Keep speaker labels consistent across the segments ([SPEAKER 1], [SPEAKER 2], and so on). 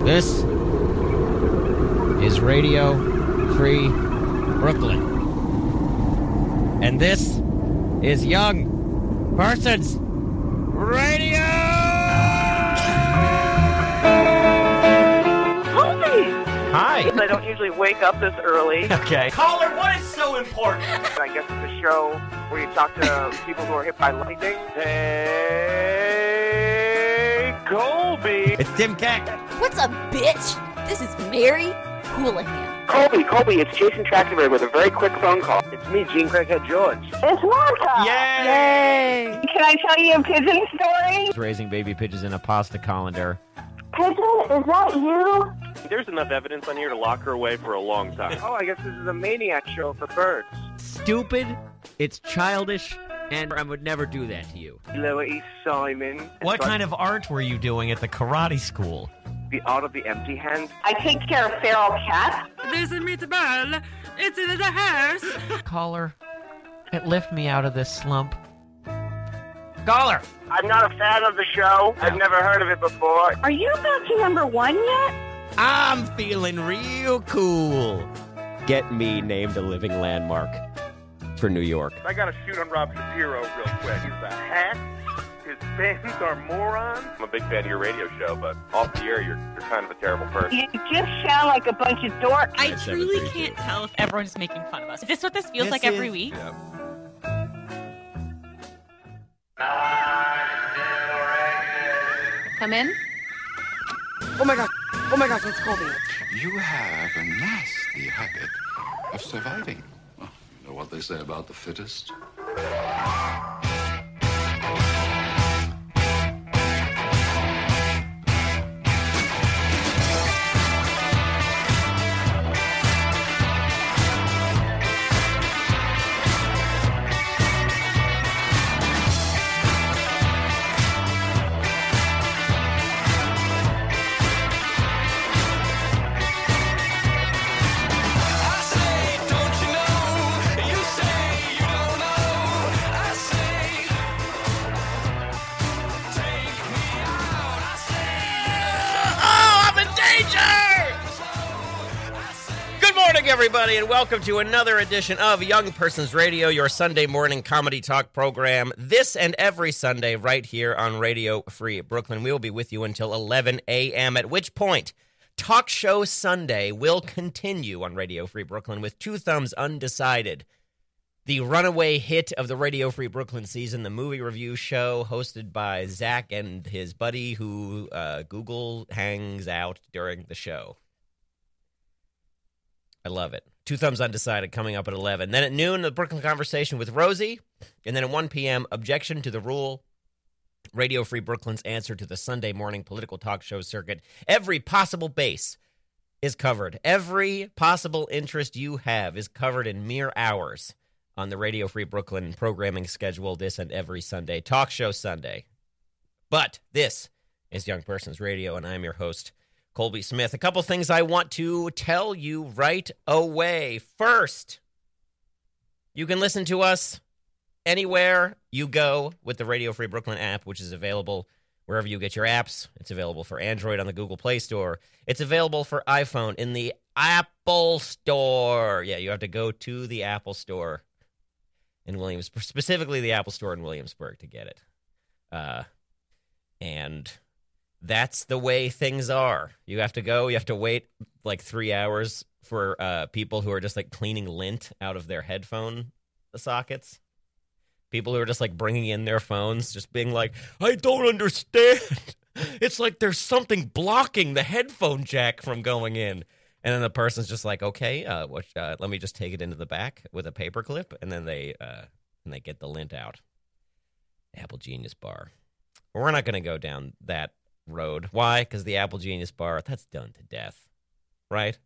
[SPEAKER 1] This is Radio Free Brooklyn. And this is Young Persons Radio!
[SPEAKER 2] Hi.
[SPEAKER 1] Hi.
[SPEAKER 2] I don't usually wake up this early.
[SPEAKER 1] Okay.
[SPEAKER 3] Caller, what is so important?
[SPEAKER 2] I guess it's a show where you talk to people who are hit by lightning. Hey, Colby.
[SPEAKER 1] It's Tim Keck.
[SPEAKER 4] What's up, bitch? This is Mary Houlihan.
[SPEAKER 2] Colby, Colby, it's Jason Trachtenberg with a very quick phone call. It's me, Gene Craighead George.
[SPEAKER 5] It's Martha.
[SPEAKER 1] Yay!
[SPEAKER 5] Can I tell you a pigeon story?
[SPEAKER 1] Raising baby pigeons in a pasta colander.
[SPEAKER 5] Pigeon, is that you?
[SPEAKER 6] There's enough evidence on here to lock her away for a long time.
[SPEAKER 2] Oh, I guess this is a maniac show for birds.
[SPEAKER 1] Stupid. It's childish. And I would never do that to you.
[SPEAKER 2] Louis Simon.
[SPEAKER 7] What kind of art were you doing at the karate school?
[SPEAKER 2] The art of the empty hand.
[SPEAKER 5] I take care of feral cats.
[SPEAKER 8] There's a meatball. It's in the house.
[SPEAKER 7] Caller, it lift me out of this slump.
[SPEAKER 1] Caller!
[SPEAKER 2] I'm not a fan of the show. I've never heard of it before.
[SPEAKER 5] Are you about to number one yet?
[SPEAKER 1] I'm feeling real cool. Get me named a living landmark for New York.
[SPEAKER 3] I gotta shoot on Rob Shapiro real quick. He's a hack. His fans are morons.
[SPEAKER 6] I'm a big fan of your radio show, but off the air, you're, you're kind of a terrible person.
[SPEAKER 5] You just sound like a bunch of dorks.
[SPEAKER 9] I
[SPEAKER 1] That's
[SPEAKER 9] truly
[SPEAKER 1] 732.
[SPEAKER 9] can't tell if everyone's making fun of us. Is this what this feels
[SPEAKER 1] This
[SPEAKER 9] like every
[SPEAKER 1] is-
[SPEAKER 9] week? Come in.
[SPEAKER 10] Oh my god. Oh my gosh, it's Colby.
[SPEAKER 11] You have a nasty habit of surviving. Oh, you know what they say about the fittest?
[SPEAKER 1] Oh, I'm in danger! Good morning, everybody, and welcome to another edition of Young Persons Radio, your Sunday morning comedy talk program. This and every Sunday, right here on Radio Free Brooklyn. We will be with you until 11 a.m., at which point, Talk Show Sunday will continue on Radio Free Brooklyn with Two Thumbs Undecided. The runaway hit of the Radio Free Brooklyn season, the movie review show hosted by Zach and his buddy who uh, Google hangs out during the show. I love it. Two Thumbs Undecided coming up at 11. Then at noon, the Brooklyn Conversation with Rosie. And then at 1 p.m., Objection to the Rule. Radio Free Brooklyn's answer to the Sunday morning political talk show circuit. Every possible base is covered. Every possible interest you have is covered in mere hours on the Radio Free Brooklyn programming schedule this and every Sunday. Talk show Sunday. But this is Young Persons Radio, and I'm your host, Colby Smith. A couple things I want to tell you right away. First, you can listen to us anywhere you go with the Radio Free Brooklyn app, which is available wherever you get your apps. It's available for Android on the Google Play Store. It's available for iPhone in the Apple Store. Yeah, you have to go to the Apple Store in Williamsburg, specifically the Apple Store in Williamsburg to get it. Uh, and that's the way things are. You have to go. You have to wait like three hours for uh, people who are just like cleaning lint out of their headphone sockets. People who are just like bringing in their phones, just being like, "I don't understand." It's like there's something blocking the headphone jack from going in. And then the person's just like, "Okay, uh, what, uh, let me just take it into the back with a paperclip," and then they uh, and they get the lint out. Apple Genius Bar. But we're not going to go down that road. Why? Because the Apple Genius Bar, that's done to death. Right?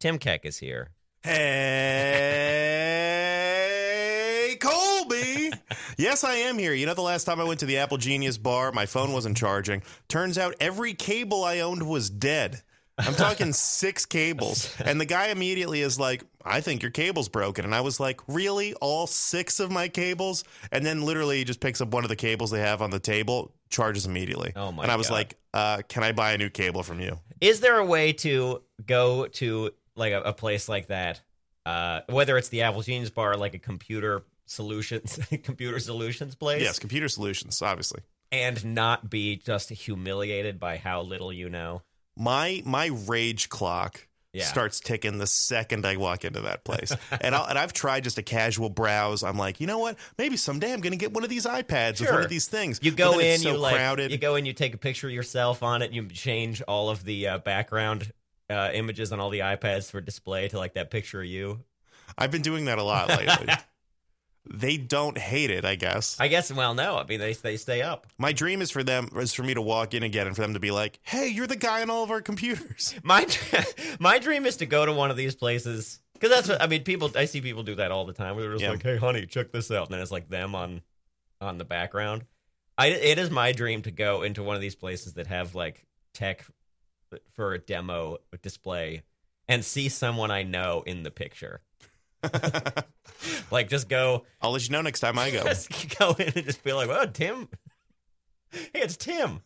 [SPEAKER 1] Tim Keck is here.
[SPEAKER 12] Hey, Colby. yes, I am here. You know, the last time I went to the Apple Genius bar, my phone wasn't charging. Turns out every cable I owned was dead. I'm talking six cables. And the guy immediately is like, I think your cable's broken. And I was like, Really? All six of my cables? And then literally he just picks up one of the cables they have on the table, charges immediately.
[SPEAKER 1] Oh my
[SPEAKER 12] And I was
[SPEAKER 1] God.
[SPEAKER 12] like, uh, "Can I buy a new cable from you?"
[SPEAKER 1] Is there a way to go to like a, a place like that? Uh, whether it's the Apple Genius Bar, like a computer solutions, computer solutions place,
[SPEAKER 12] Yes, computer solutions, obviously.
[SPEAKER 1] and not be just humiliated by how little you know.
[SPEAKER 12] My my rage clock
[SPEAKER 1] Yeah.
[SPEAKER 12] starts ticking the second I walk into that place. and I'll, and I've tried just a casual browse. I'm like, you know what? Maybe someday I'm going to get one of these iPads with one
[SPEAKER 1] Sure.
[SPEAKER 12] of these things.
[SPEAKER 1] You
[SPEAKER 12] But
[SPEAKER 1] go
[SPEAKER 12] then
[SPEAKER 1] in,
[SPEAKER 12] it's so
[SPEAKER 1] you like,
[SPEAKER 12] crowded.
[SPEAKER 1] you go in, you take a picture of yourself on it, you change all of the uh, background uh, images on all the iPads for display to like that picture of you.
[SPEAKER 12] I've been doing that a lot lately. they don't hate it, I guess.
[SPEAKER 1] I guess. Well, no, I mean they they stay up.
[SPEAKER 12] My dream is for them is for me to walk in again and for them to be like, "Hey, you're the guy on all of our computers."
[SPEAKER 1] My my dream is to go to one of these places because that's what I mean. People, I see people do that all the time. Where they're just
[SPEAKER 12] Yeah.
[SPEAKER 1] like, "Hey, honey, check this out," and then it's like them on on the background. I it is my dream to go into one of these places that have like tech for a demo display and see someone I know in the picture. Like, just go,
[SPEAKER 12] I'll let you know next time I go.
[SPEAKER 1] just go in and just be like, "Oh, Tim, hey, it's Tim."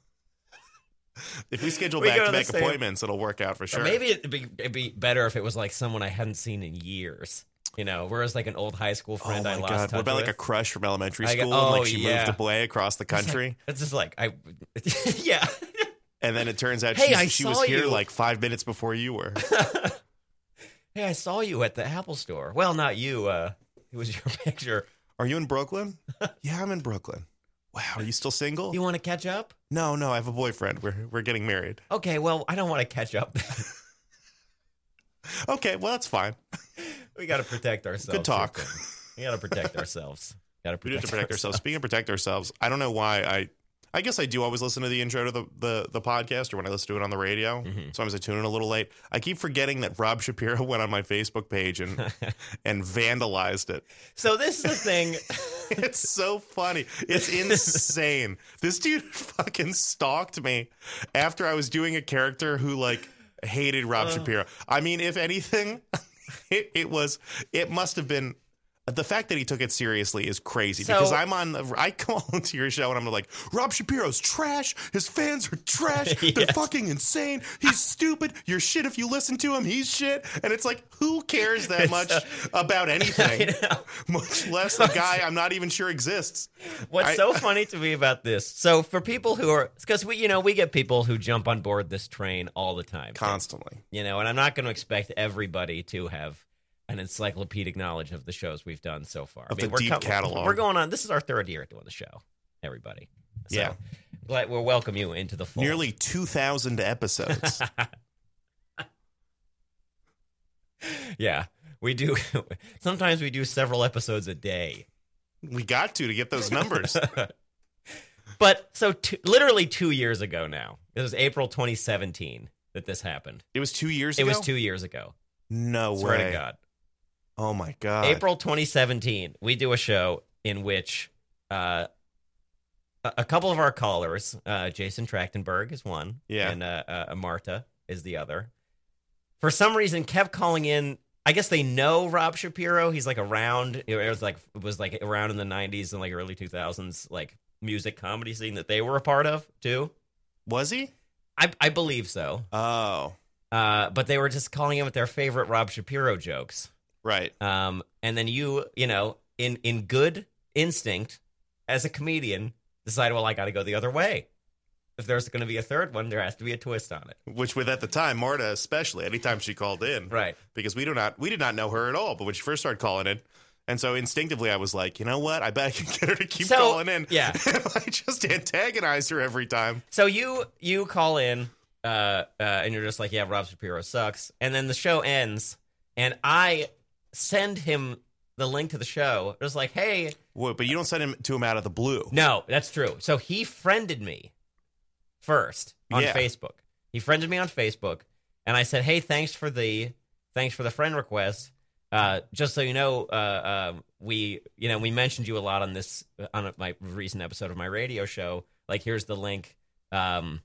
[SPEAKER 12] If we schedule
[SPEAKER 1] We go to the
[SPEAKER 12] back-to-back
[SPEAKER 1] same-
[SPEAKER 12] appointments, it'll work out for
[SPEAKER 1] Or
[SPEAKER 12] sure.
[SPEAKER 1] maybe it'd be, it'd be better if it was like someone I hadn't seen in years. You know, whereas like an old high school
[SPEAKER 12] Oh my
[SPEAKER 1] friend I lost
[SPEAKER 12] god!
[SPEAKER 1] touch
[SPEAKER 12] What about like
[SPEAKER 1] with.
[SPEAKER 12] a crush from elementary
[SPEAKER 1] I got-
[SPEAKER 12] school and
[SPEAKER 1] oh,
[SPEAKER 12] like she
[SPEAKER 1] yeah.
[SPEAKER 12] moved away across the country,
[SPEAKER 1] It's just like I, yeah.
[SPEAKER 12] and then it turns out
[SPEAKER 1] Hey,
[SPEAKER 12] she,
[SPEAKER 1] I
[SPEAKER 12] she
[SPEAKER 1] saw
[SPEAKER 12] was here
[SPEAKER 1] you.
[SPEAKER 12] like five minutes before you were.
[SPEAKER 1] Hey, I saw you at the Apple Store. Well, not you. Uh, it was your picture.
[SPEAKER 12] Are you in Brooklyn? yeah, I'm in Brooklyn. Wow, are you still single?
[SPEAKER 1] You want to catch up?
[SPEAKER 12] no, no, I have a boyfriend. We're we're getting married.
[SPEAKER 1] Okay, well, I don't want to catch up.
[SPEAKER 12] Okay, well that's fine.
[SPEAKER 1] we got to protect ourselves.
[SPEAKER 12] Good talk.
[SPEAKER 1] We got to protect ourselves. Got to
[SPEAKER 12] We do
[SPEAKER 1] protect,
[SPEAKER 12] have to protect ourselves. Speaking of protect ourselves, I don't know why I. I guess I do always listen to the intro to the, the, the podcast or when I listen to it on the radio.
[SPEAKER 1] Mhm.
[SPEAKER 12] Sometimes I tune in a little late. I keep forgetting that Rob Shapiro went on my Facebook page and and vandalized it.
[SPEAKER 1] So this is the thing.
[SPEAKER 12] It's so funny. It's insane. this dude fucking stalked me after I was doing a character who like hated
[SPEAKER 1] Uh.
[SPEAKER 12] Rob Shapiro. I mean, if anything, it, it was it must have been the fact that he took it seriously is crazy
[SPEAKER 1] So-
[SPEAKER 12] because I'm on I call into your show and I'm like Rob Shapiro's trash. His fans are trash. They're
[SPEAKER 1] Yes.
[SPEAKER 12] fucking insane. He's stupid. You're shit if you listen to him. He's shit. And it's like who cares that much about anything? much less the guy I'm not even sure exists.
[SPEAKER 1] What's
[SPEAKER 12] I-
[SPEAKER 1] so funny to me about this? So for people who are, because we, you know, we get people who jump on board this train all the time.
[SPEAKER 12] Constantly.
[SPEAKER 1] you know, and I'm not going to expect everybody to have an encyclopedic knowledge of the shows we've done so far.
[SPEAKER 12] Of the deep catalog.
[SPEAKER 1] We're going on. This is our third year doing the show. Everybody, so,
[SPEAKER 12] Yeah.
[SPEAKER 1] Glad we'll welcome you into the fold.
[SPEAKER 12] Nearly 2,000 episodes.
[SPEAKER 1] yeah. We do. sometimes we do several episodes a day.
[SPEAKER 12] we got to to get those numbers.
[SPEAKER 1] But so two, literally two years ago now, it was April 2017 that this happened.
[SPEAKER 12] It was two years
[SPEAKER 1] It
[SPEAKER 12] ago.
[SPEAKER 1] was two years ago.
[SPEAKER 12] No
[SPEAKER 1] Swear
[SPEAKER 12] way.
[SPEAKER 1] to God.
[SPEAKER 12] Oh my God.
[SPEAKER 1] April 2017, we do a show in which uh, a a couple of our callers, uh, Jason Trachtenberg is one,
[SPEAKER 12] Yeah.
[SPEAKER 1] and uh, uh, Marta is the other. For some reason, kept calling in. I guess they know Rob Shapiro. He's like around. It was like it was like around in the 90s and like early 2000s, like music comedy scene that they were a part of too.
[SPEAKER 12] Was he?
[SPEAKER 1] I, I believe so.
[SPEAKER 12] Oh,
[SPEAKER 1] Uh, but they were just calling in with their favorite Rob Shapiro jokes.
[SPEAKER 12] right.
[SPEAKER 1] Um, and then you, you know, in in good instinct, as a comedian, decide, well, I got to go the other way. If there's going to be a third one, there has to be a twist on it.
[SPEAKER 12] Which, with at the time, Marta especially, anytime she called in,
[SPEAKER 1] Right.
[SPEAKER 12] because we do not we did not know her at all. But when she first started calling in, and so instinctively, I was like, you know what? I bet I can get her to keep
[SPEAKER 1] So,
[SPEAKER 12] calling in.
[SPEAKER 1] yeah.
[SPEAKER 12] if I just antagonize her every time.
[SPEAKER 1] So you you call in, uh, uh, and you're just like, yeah, Rob Shapiro sucks. And then the show ends, and I send him the link to the show. It was like, hey,
[SPEAKER 12] Whoa, but you don't send him to him out of the blue.
[SPEAKER 1] No, that's true. So he friended me first on
[SPEAKER 12] Yeah.
[SPEAKER 1] Facebook. He friended me on Facebook, and I said, "Hey, thanks for the thanks for the friend request. Uh, just so you know, uh, um, we you know we mentioned you a lot on this on my recent episode of my radio show. Like, here's the link. Um,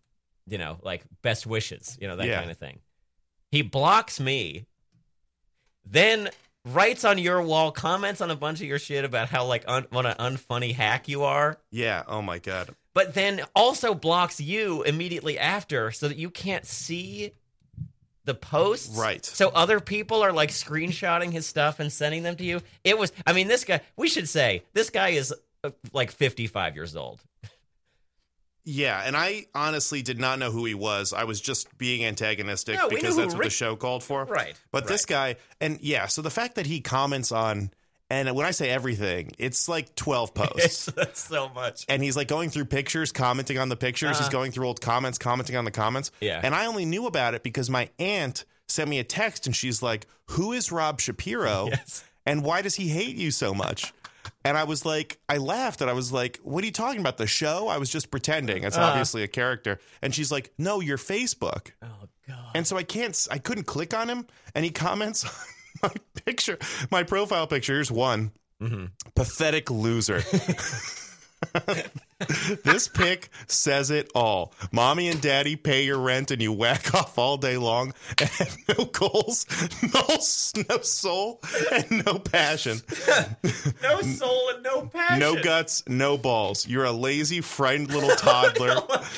[SPEAKER 1] you know, like best wishes. You know that
[SPEAKER 12] Yeah.
[SPEAKER 1] kind of thing." He blocks me, then writes on your wall, comments on a bunch of your shit about how like un- what an unfunny hack you are.
[SPEAKER 12] Yeah. Oh my God.
[SPEAKER 1] but then also blocks you immediately after so that you can't see the posts.
[SPEAKER 12] Right.
[SPEAKER 1] So other people are like screenshotting his stuff and sending them to you. It was, I mean, this guy, we should say, this guy is uh, like 55 years old.
[SPEAKER 12] Yeah, and I honestly did not know who he was. I was just being antagonistic
[SPEAKER 1] No, we knew
[SPEAKER 12] because
[SPEAKER 1] who
[SPEAKER 12] that's what
[SPEAKER 1] Rick-
[SPEAKER 12] the show called for.
[SPEAKER 1] Right,
[SPEAKER 12] But this guy, and yeah, so the fact that he comments on, and when I say everything, it's like 12 posts.
[SPEAKER 1] That's so much.
[SPEAKER 12] and he's like going through pictures, commenting on the pictures. he's
[SPEAKER 1] Uh-huh.
[SPEAKER 12] going through old comments, commenting on the comments.
[SPEAKER 1] Yeah.
[SPEAKER 12] And I only knew about it because my aunt sent me a text and she's like, Who is Rob Shapiro?
[SPEAKER 1] Yes.
[SPEAKER 12] And why does he hate you so much? And I was like, I laughed and I was like, What are you talking about? The show? I was just pretending. It's
[SPEAKER 1] Uh-huh.
[SPEAKER 12] obviously a character. And she's like, No, your Facebook.
[SPEAKER 1] Oh, God.
[SPEAKER 12] And so I can't, I couldn't click on him. And he comments on my picture, my profile picture. Here's one pathetic loser. this pic says it all. Mommy and daddy pay your rent and you whack off all day long and have no goals, no, no soul, and no passion.
[SPEAKER 1] No soul and no passion.
[SPEAKER 12] No guts, no balls. You're a lazy, frightened little toddler,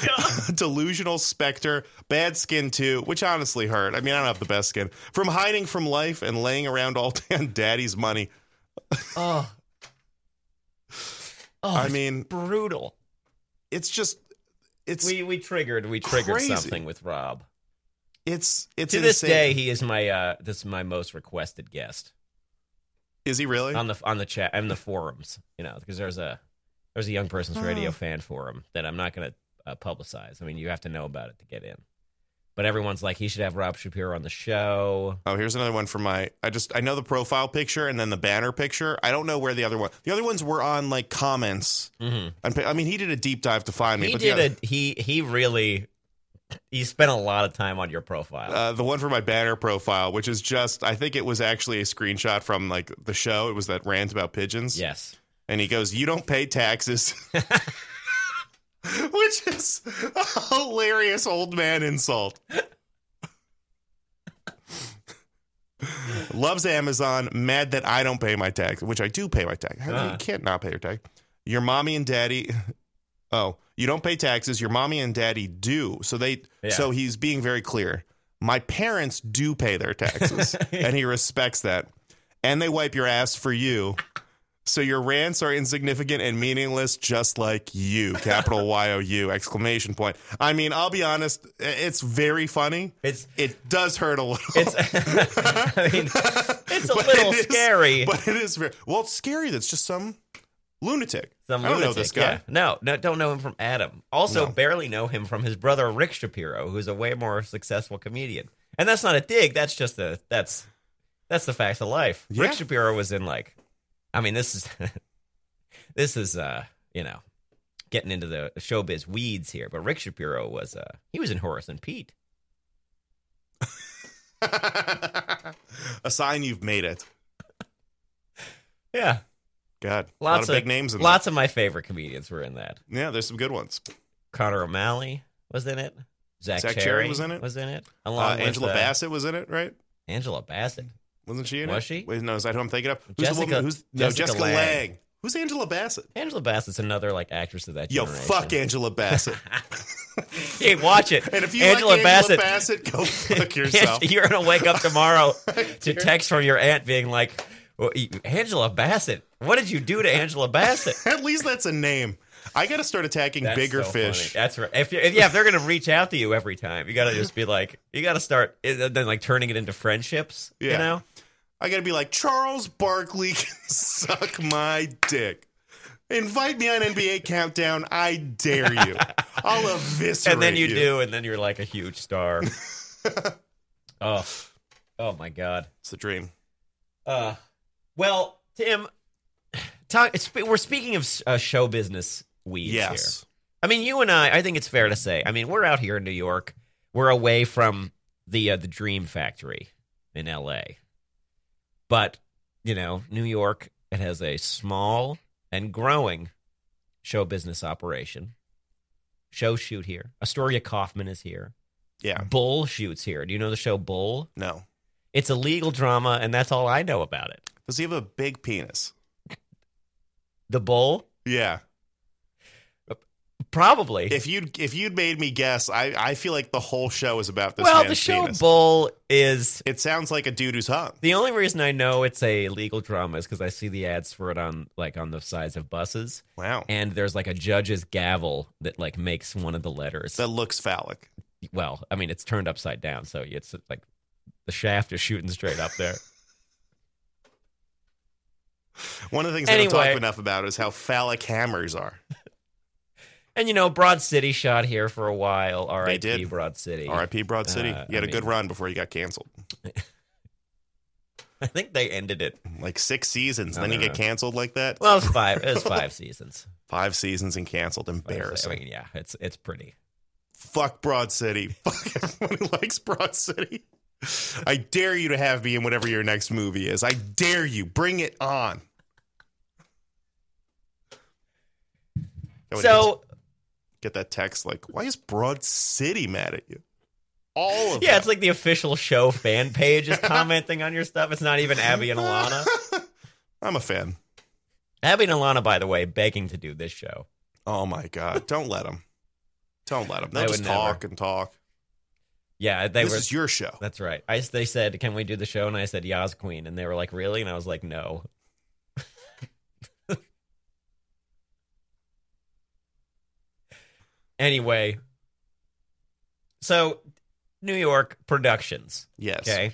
[SPEAKER 12] delusional specter, bad skin too, which honestly hurt. I mean, I don't have the best skin. From hiding from life and laying around all day on daddy's money.
[SPEAKER 1] Oh. Oh,
[SPEAKER 12] I
[SPEAKER 1] it's
[SPEAKER 12] mean,
[SPEAKER 1] brutal.
[SPEAKER 12] it's just, it's
[SPEAKER 1] we we triggered we triggered
[SPEAKER 12] crazy.
[SPEAKER 1] something with Rob.
[SPEAKER 12] it's it's
[SPEAKER 1] to this
[SPEAKER 12] insane.
[SPEAKER 1] day, he is my uh this is my most requested guest
[SPEAKER 12] Is he really?
[SPEAKER 1] on the on the chat and the forums. You know, because there's a there's a young person's radio fan forum that I'm not going to uh, publicize. I mean, you have to know about it to get in. But everyone's like, he should have Rob Shapiro on the show.
[SPEAKER 12] Oh, here's another one from my. I just I know the profile picture and then the banner picture. I don't know where the other one. The other ones were on like comments.
[SPEAKER 1] Mhm.
[SPEAKER 12] On pa- I mean, he did a deep dive to find me.
[SPEAKER 1] He
[SPEAKER 12] but
[SPEAKER 1] did
[SPEAKER 12] the,
[SPEAKER 1] a he he really he spent a lot of time on your profile.
[SPEAKER 12] Uh, the one for my banner profile, which is just I think it was actually a screenshot from like the show. It was that rant about pigeons.
[SPEAKER 1] yes.
[SPEAKER 12] and he goes, "You don't pay taxes." Which is a hilarious old man insult. Loves Amazon, mad that I don't pay my tax, which I do pay my tax. How-
[SPEAKER 1] Uh.
[SPEAKER 12] You can't not pay your tax. Your mommy and daddy. Oh, you don't pay taxes. Your mommy and daddy do. So they.
[SPEAKER 1] Yeah.
[SPEAKER 12] So he's being very clear. My parents do pay their taxes, and he respects that. And they wipe your ass for you. So your rants are insignificant and meaningless, just like you. Capital Y O U! Exclamation point. I mean, I'll be honest. i- It's very funny.
[SPEAKER 1] It's
[SPEAKER 12] It does hurt a little.
[SPEAKER 1] it's I mean it's a
[SPEAKER 12] But
[SPEAKER 1] little
[SPEAKER 12] it is-
[SPEAKER 1] scary.
[SPEAKER 12] but it is very well. It's scary. That's just some lunatic.
[SPEAKER 1] Some
[SPEAKER 12] I don't know
[SPEAKER 1] lunatic,
[SPEAKER 12] this guy.
[SPEAKER 1] yeah. No, no, don't know him from Adam. Also,
[SPEAKER 12] No.
[SPEAKER 1] barely know him from his brother Rick Shapiro, who's a way more successful comedian. And that's not a dig. That's just a that's that's the facts of life.
[SPEAKER 12] Yeah.
[SPEAKER 1] Rick Shapiro was in like, I mean, this is this is uh you know getting into the showbiz weeds here. But Rick Shapiro was uh he was in Horace and Pete.
[SPEAKER 12] a sign you've made it.
[SPEAKER 1] Yeah,
[SPEAKER 12] God, a lot
[SPEAKER 1] lots
[SPEAKER 12] of, big names. In
[SPEAKER 1] lots of my favorite comedians were in that.
[SPEAKER 12] There. Yeah, there's some good ones.
[SPEAKER 1] Connor O'Malley was in it. Zach,
[SPEAKER 12] Zach Cherry was in it.
[SPEAKER 1] Was in it.
[SPEAKER 12] Uh,
[SPEAKER 1] Along with,
[SPEAKER 12] Angela
[SPEAKER 1] uh,
[SPEAKER 12] Bassett was in it, right?
[SPEAKER 1] Angela Bassett.
[SPEAKER 12] Wasn't she in it?
[SPEAKER 1] Was she?
[SPEAKER 12] Wait, no, is that who I'm thinking of? Who's
[SPEAKER 1] Jessica-
[SPEAKER 12] the woman? Who's no
[SPEAKER 1] Jessica
[SPEAKER 12] Jessica
[SPEAKER 1] Lange.
[SPEAKER 12] Lang? Who's Angela Bassett?
[SPEAKER 1] Angela Bassett's another like actress of that
[SPEAKER 12] Yo,
[SPEAKER 1] generation.
[SPEAKER 12] fuck Angela Bassett.
[SPEAKER 1] Hey, watch it.
[SPEAKER 12] and if you
[SPEAKER 1] Angela
[SPEAKER 12] like Angela
[SPEAKER 1] Bassett,
[SPEAKER 12] Bassett, go fuck yourself.
[SPEAKER 1] you're gonna wake up tomorrow to text from your aunt being like, "Well, you- "Angela Bassett, what did you do to Angela Bassett?"
[SPEAKER 12] At least that's a name. I got to start attacking
[SPEAKER 1] That's
[SPEAKER 12] bigger
[SPEAKER 1] so
[SPEAKER 12] fish.
[SPEAKER 1] funny. That's right. If, you if yeah, if they're gonna reach out to you every time, you gotta just be like, you gotta start and then like turning it into friendships. You
[SPEAKER 12] Yeah.
[SPEAKER 1] know,
[SPEAKER 12] I got to be like Charles Barkley can suck my dick. Invite me on NBA Countdown. I dare you. I'll eviscerate
[SPEAKER 1] and then you, do, and then you're like a huge star. oh, oh my god.
[SPEAKER 12] It's a dream.
[SPEAKER 1] Uh, well, Tim, talk, sp- we're speaking of uh, show business weeds
[SPEAKER 12] Yes.
[SPEAKER 1] here. I mean, you and I, I think it's fair to say. I mean, we're out here in New York. We're away from the uh, the Dream Factory in L.A. But you know, New York it has a small and growing show business operation. Show shoot here. Astoria Kaufman is here.
[SPEAKER 12] Yeah.
[SPEAKER 1] Bull shoots here. Do you know the show Bull?
[SPEAKER 12] No.
[SPEAKER 1] It's a legal drama, and that's all I know about it.
[SPEAKER 12] Does he have a big penis?
[SPEAKER 1] The Bull.
[SPEAKER 12] Yeah.
[SPEAKER 1] Probably.
[SPEAKER 12] If you'd if you'd made me guess, I, I feel like the whole show is about this.
[SPEAKER 1] well,
[SPEAKER 12] man's
[SPEAKER 1] the show
[SPEAKER 12] penis.
[SPEAKER 1] Bull is.
[SPEAKER 12] It sounds like a dude who's hot.
[SPEAKER 1] The only reason I know it's a legal drama is because I see the ads for it on like on the sides of buses.
[SPEAKER 12] Wow.
[SPEAKER 1] And there's like a judge's gavel that like makes one of the letters.
[SPEAKER 12] That looks phallic.
[SPEAKER 1] Well, I mean, it's turned upside down, so it's like the shaft is shooting straight up there.
[SPEAKER 12] One of the things they don't
[SPEAKER 1] Anyway.
[SPEAKER 12] talk enough about is how phallic hammers are.
[SPEAKER 1] and you know, Broad City shot here for a while. R.I.P.
[SPEAKER 12] did.
[SPEAKER 1] Broad City.
[SPEAKER 12] R.I.P. Broad City.
[SPEAKER 1] Uh,
[SPEAKER 12] you had
[SPEAKER 1] I
[SPEAKER 12] a good
[SPEAKER 1] mean-
[SPEAKER 12] run before you got canceled.
[SPEAKER 1] I think they ended it.
[SPEAKER 12] Like six seasons,
[SPEAKER 1] No,
[SPEAKER 12] then
[SPEAKER 1] no,
[SPEAKER 12] you
[SPEAKER 1] no.
[SPEAKER 12] get canceled like that.
[SPEAKER 1] Well, it was five. It was five seasons.
[SPEAKER 12] Five seasons and canceled. Embarrassing.
[SPEAKER 1] I mean, yeah, it's it's pretty.
[SPEAKER 12] Fuck Broad City. Fuck everyone who likes Broad City. I dare you to have me in whatever your next movie is. I dare you. Bring it on. I would hate to
[SPEAKER 1] So
[SPEAKER 12] get that text like, why is Broad City mad at you? All of
[SPEAKER 1] yeah, it's like the official show fan page is commenting on your stuff. It's not even Abby and Alana.
[SPEAKER 12] I'm a fan.
[SPEAKER 1] Abby and Alana, by the way, begging to do this show.
[SPEAKER 12] Oh my god! Don't let them. Don't let them. They'll
[SPEAKER 1] I
[SPEAKER 12] just
[SPEAKER 1] would never.
[SPEAKER 12] talk and talk.
[SPEAKER 1] Yeah, they
[SPEAKER 12] this
[SPEAKER 1] were.
[SPEAKER 12] is your show.
[SPEAKER 1] that's right. I they said, "Can we do the show?" And I said, "Yas Queen," and they were like, "Really?" And I was like, "No." anyway, so New York Productions.
[SPEAKER 12] Yes.
[SPEAKER 1] Okay.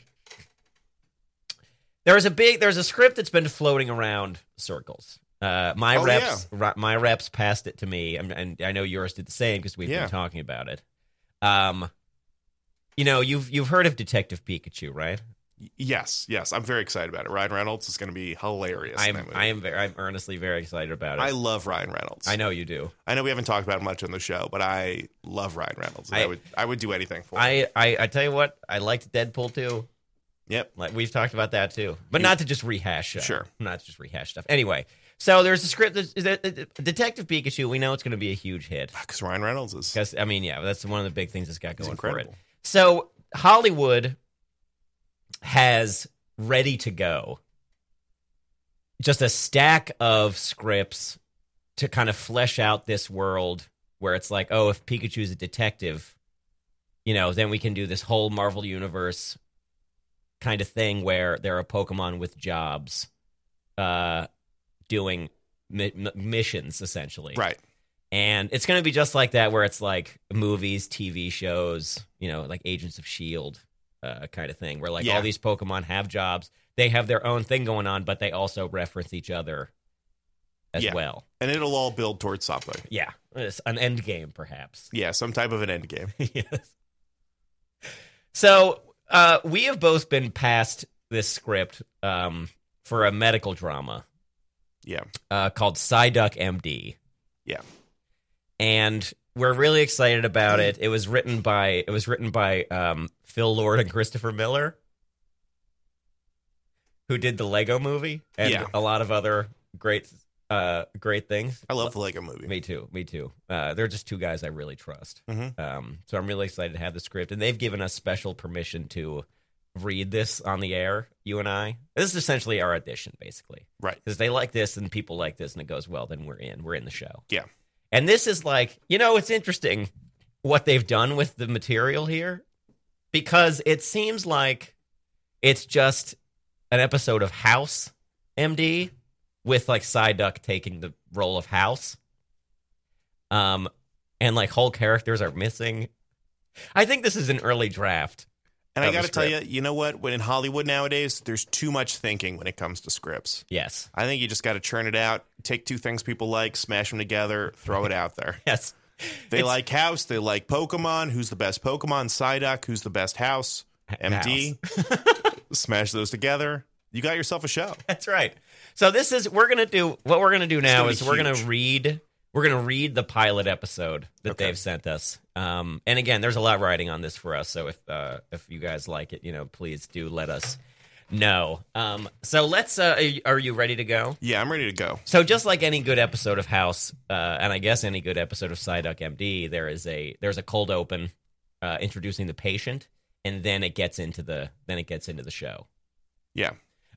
[SPEAKER 1] There's a big there's a script that's been floating around circles. Uh, my
[SPEAKER 12] Oh,
[SPEAKER 1] reps ri- my reps passed it to me, and, and I know yours did the same because we've
[SPEAKER 12] Yeah.
[SPEAKER 1] been talking about it. Um, you know you've you've heard of Detective Pikachu, right?
[SPEAKER 12] Y- Yes. Yes. I'm very excited about it. Ryan Reynolds is going to be hilarious. in that
[SPEAKER 1] I'm
[SPEAKER 12] movie.
[SPEAKER 1] I am very, I'm earnestly very excited about it.
[SPEAKER 12] I
[SPEAKER 1] I,
[SPEAKER 12] love Ryan Reynolds.
[SPEAKER 1] know you do.
[SPEAKER 12] I know we haven't talked about him much on the show, but I love Ryan Reynolds. I,
[SPEAKER 1] I-
[SPEAKER 12] would. I would do anything for. him.
[SPEAKER 1] I, I I tell you what, I liked Deadpool too.
[SPEAKER 12] Yep.
[SPEAKER 1] Like we've talked about that too, but
[SPEAKER 12] You-
[SPEAKER 1] not to just rehash. uh,
[SPEAKER 12] Sure.
[SPEAKER 1] not to just rehash stuff. Anyway, so there's a script. That's, that- that- Detective Pikachu. We know it's going to be a huge hit.
[SPEAKER 12] Because Ryan Reynolds is.
[SPEAKER 1] 'Cause, I mean, yeah, that's one of the big things that's got
[SPEAKER 12] He's
[SPEAKER 1] going for it.
[SPEAKER 12] incredible.
[SPEAKER 1] So Hollywood has ready to go just a stack of scripts to kind of flesh out this world where it's like, oh, if Pikachu's a detective, you know, then we can do this whole Marvel universe kind of thing where there are Pokemon with jobs uh doing mi- mi- missions essentially.
[SPEAKER 12] Right.
[SPEAKER 1] And it's going to be just like that, where it's like movies, TV shows, you know, like Agents of S.H.I.E.L.D. Uh, kind of thing, where like
[SPEAKER 12] Yeah.
[SPEAKER 1] all these Pokemon have jobs. They have their own thing going on, but they also reference each other as
[SPEAKER 12] Yeah.
[SPEAKER 1] well.
[SPEAKER 12] And it'll all build towards something.
[SPEAKER 1] Yeah. It's an end game, perhaps.
[SPEAKER 12] Yeah. Some type of an end game.
[SPEAKER 1] yes. So uh, we have both been passed this script um, for a medical drama
[SPEAKER 12] Yeah.
[SPEAKER 1] uh, called Psyduck MD.
[SPEAKER 12] Yeah.
[SPEAKER 1] and we're really excited about it. It was written by it was written by um, Phil Lord and Christopher Miller, who did the Lego Movie and
[SPEAKER 12] Yeah.
[SPEAKER 1] a lot of other great uh, great things.
[SPEAKER 12] I love the Lego movie.
[SPEAKER 1] Me too. Me too. Uh, they're just two guys I really trust.
[SPEAKER 12] Mhm.
[SPEAKER 1] Um, so I'm really excited to have the script, and they've given us special permission to read this on the air. You and I. This is essentially our audition, basically,
[SPEAKER 12] Right.
[SPEAKER 1] because they like this and people like this, and it goes well. Then we're in. We're in the show.
[SPEAKER 12] Yeah.
[SPEAKER 1] And this is like, you know, it's interesting what they've done with the material here because it seems like it's just an episode of House MD with like Psyduck taking the role of House. Um, and like whole characters are missing. I think this is an early draft.
[SPEAKER 12] And I
[SPEAKER 1] of the
[SPEAKER 12] got to tell you,
[SPEAKER 1] script.
[SPEAKER 12] you know what? When in Hollywood nowadays, there's too much thinking when it comes to scripts.
[SPEAKER 1] Yes.
[SPEAKER 12] I think you just got to churn it out. Take two things people like, smash them together, throw it out there.
[SPEAKER 1] Yes.
[SPEAKER 12] They
[SPEAKER 1] It's-
[SPEAKER 12] like House. They like Pokemon. Who's the best Pokemon? Psyduck. Who's the best House? MD. smash those together. You got yourself a show.
[SPEAKER 1] That's right. So this is we're gonna do what we're gonna do now
[SPEAKER 12] gonna be
[SPEAKER 1] is we're gonna
[SPEAKER 12] huge.
[SPEAKER 1] read we're gonna read the pilot episode that
[SPEAKER 12] Okay.
[SPEAKER 1] they've sent us. Um, and again, there's a lot writing on this for us. So if uh, if you guys like it, you know, please do let us know. Um, so let's. Uh, are you- are you ready to go?
[SPEAKER 12] Yeah, I'm ready to go.
[SPEAKER 1] So just like any good episode of House, uh, and I guess any good episode of Psyduck MD, there is a there's a cold open uh, introducing the patient, and then it gets into the then it gets into the show.
[SPEAKER 12] Yeah.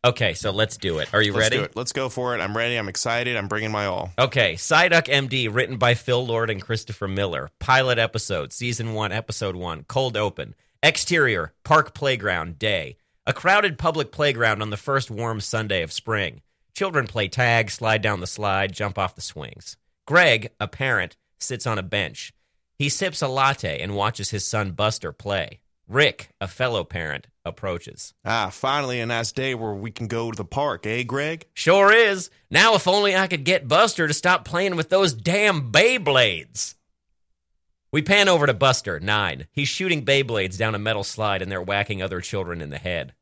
[SPEAKER 1] Okay, so let's do it. Are you
[SPEAKER 12] Let's
[SPEAKER 1] ready?
[SPEAKER 12] do it. Let's go for it. I'm ready. I'm excited. I'm bringing my all.
[SPEAKER 1] Okay, Psyduck MD, written by Phil Lord and Christopher Miller. Pilot episode, season one, episode one, cold open. Exterior, park playground, day. A crowded public playground on the first warm Sunday of spring. Children play tag, slide down the slide, jump off the swings. Greg, a parent, sits on a bench. He sips a latte and watches his son Buster play. Rick, a fellow parent, approaches.
[SPEAKER 12] Ah, finally a nice day where we can go to the park, eh, Greg?
[SPEAKER 1] Sure is. Now, if only I could get Buster to stop playing with those damn Beyblades. We pan over to Buster, nine. He's shooting Beyblades down a metal slide and they're whacking other children in the head.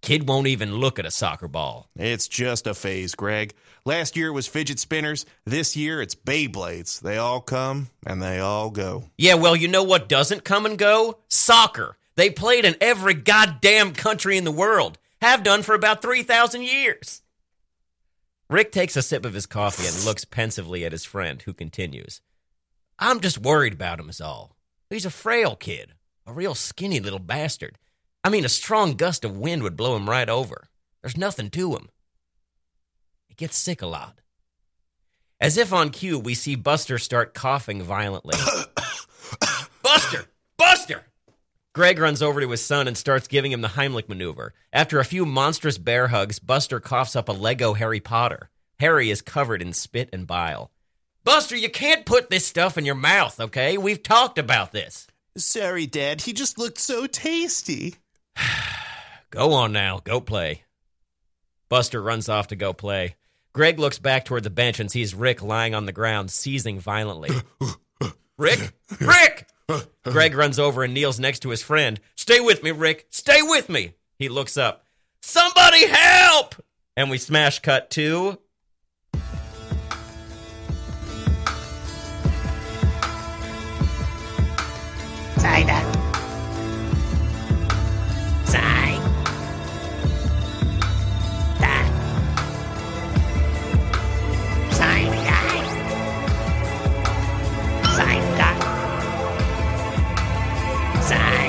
[SPEAKER 1] Kid won't even look at a soccer ball.
[SPEAKER 12] It's just a phase, Greg. Last year it was fidget spinners. This year it's Beyblades. They all come and they all go.
[SPEAKER 1] Yeah, well, you know what doesn't come and go? Soccer. They played in every goddamn country in the world, have done for about 3,000 years. Rick takes a sip of his coffee and looks pensively at his friend, who continues I'm just worried about him, is all. He's a frail kid, a real skinny little bastard. I mean, a strong gust of wind would blow him right over. There's nothing to him. He gets sick a lot. As if on cue, we see Buster start coughing violently. Buster! Buster! Greg runs over to his son and starts giving him the Heimlich maneuver. After a few monstrous bear hugs, Buster coughs up a Lego Harry Potter. Harry is covered in spit and bile. Buster, you can't put this stuff in your mouth, okay? We've talked about this.
[SPEAKER 12] Sorry, Dad. He just looked so tasty.
[SPEAKER 1] Go on now, go play. Buster runs off to go play. Greg looks back toward the bench and sees Rick lying on the ground, seizing violently. Rick? Rick! Greg runs over and kneels next to his friend. Stay with me, Rick. Stay with me. He looks up. Somebody help! And we smash cut to.
[SPEAKER 13] Psyduck. Psy. Duck. Psyduck. Psyduck. Psy.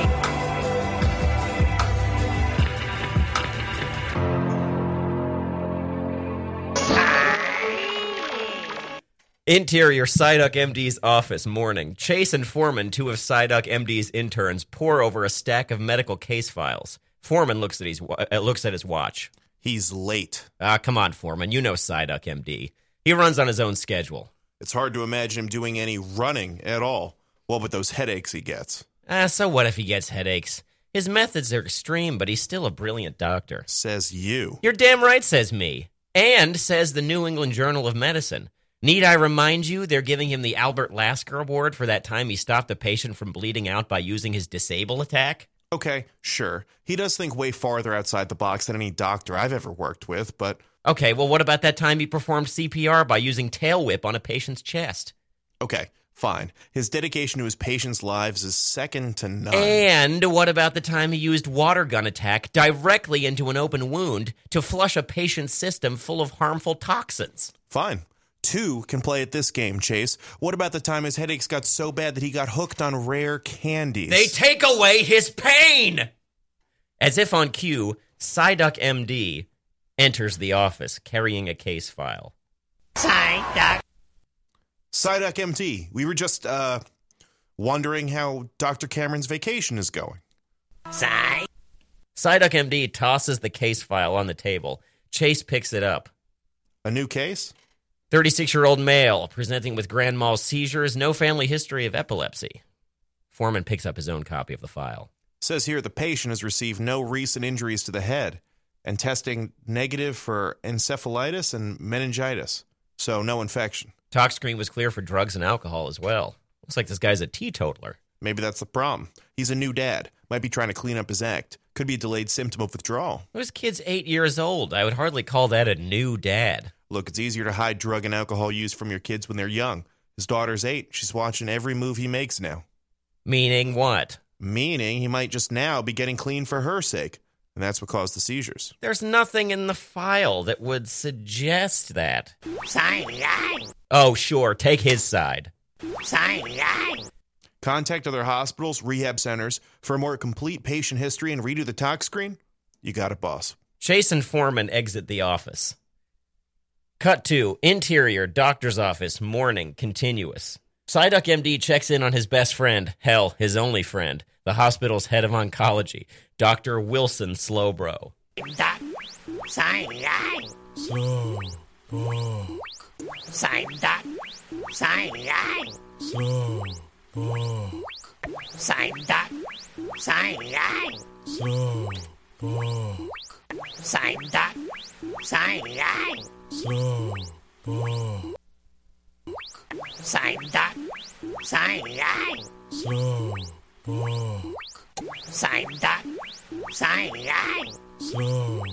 [SPEAKER 1] Interior Psyduck MD's office, morning. Chase and Foreman, two of Psyduck MD's interns, pore over a stack of medical case files. Foreman looks at his wa- uh, looks at his watch.
[SPEAKER 12] He's late.
[SPEAKER 1] Ah, come on, Foreman. You know Psyduck MD. He runs on his own schedule.
[SPEAKER 12] It's hard to imagine him doing any running at all. Well, but those headaches he gets.
[SPEAKER 1] Ah, so what if he gets headaches? His methods are extreme, but he's still a brilliant doctor.
[SPEAKER 12] Says you.
[SPEAKER 1] You're damn right, says me. And says the New England Journal of Medicine. Need I remind you, they're giving him the Albert Lasker Award for that time he stopped a patient from bleeding out by using his disable attack?
[SPEAKER 12] Okay, sure. He does think way farther outside the box than any doctor I've ever worked with, but
[SPEAKER 1] Okay, well, what about that time he performed CPR by using tail whip on a patient's chest?
[SPEAKER 12] okay, fine. His dedication to his patients' lives is second to none.
[SPEAKER 1] And what about the time he used water gun attack directly into an open wound to flush a patient's system full of harmful toxins?
[SPEAKER 12] Fine. Two can play at this game, Chase. What about the time his headaches got so bad that he got hooked on rare candies?
[SPEAKER 1] They take away his pain! As if on cue, Psyduck MD enters the office carrying a case file.
[SPEAKER 13] Psyduck.
[SPEAKER 12] Psyduck MT, we were just, uh, wondering how Dr. Cameron's vacation is going.
[SPEAKER 13] Psy.
[SPEAKER 1] Psyduck MD tosses the case file on the table. Chase picks it up.
[SPEAKER 12] A new case?
[SPEAKER 1] 36 year old male presenting with grand mal seizures, no family history of epilepsy. Foreman picks up his own copy of the file.
[SPEAKER 12] Says here the patient has received no recent injuries to the head and testing negative for encephalitis and meningitis. So no infection.
[SPEAKER 1] Talk screen was clear for drugs and alcohol as well. Looks like this guy's a teetotaler.
[SPEAKER 12] Maybe that's the problem. He's a new dad. Might be trying to clean up his act. Could be a delayed symptom of withdrawal.
[SPEAKER 1] This kid's eight years old. I would hardly call that a new dad.
[SPEAKER 12] Look, it's easier to hide drug and alcohol use from your kids when they're young. His daughter's eight. She's watching every move he makes now.
[SPEAKER 1] Meaning what?
[SPEAKER 12] Meaning he might just now be getting clean for her sake. And that's what caused the seizures.
[SPEAKER 1] There's nothing in the file that would suggest that.
[SPEAKER 13] Psyduck.
[SPEAKER 1] Oh, sure, take his side.
[SPEAKER 13] Psyduck.
[SPEAKER 12] Contact other hospitals, rehab centers for a more complete patient history and redo the tox screen. You got it, boss.
[SPEAKER 1] Chase and Foreman exit the office. Cut to interior, doctor's office, morning, continuous. Psyduck MD checks in on his best friend, hell, his only friend, the hospital's head of oncology, Dr. Wilson Slowbro.
[SPEAKER 13] Doc. Psyduck.
[SPEAKER 11] Slow.
[SPEAKER 13] Psyduck. Psyduck.
[SPEAKER 11] Slow.
[SPEAKER 13] Psyduck. Psyduck.
[SPEAKER 11] Slow.
[SPEAKER 13] Psyduck. Psyduck.
[SPEAKER 11] Slow.
[SPEAKER 13] Psyduck. Psyduck.
[SPEAKER 11] Slow.
[SPEAKER 13] Psyduck. Psyduck.
[SPEAKER 11] Slow.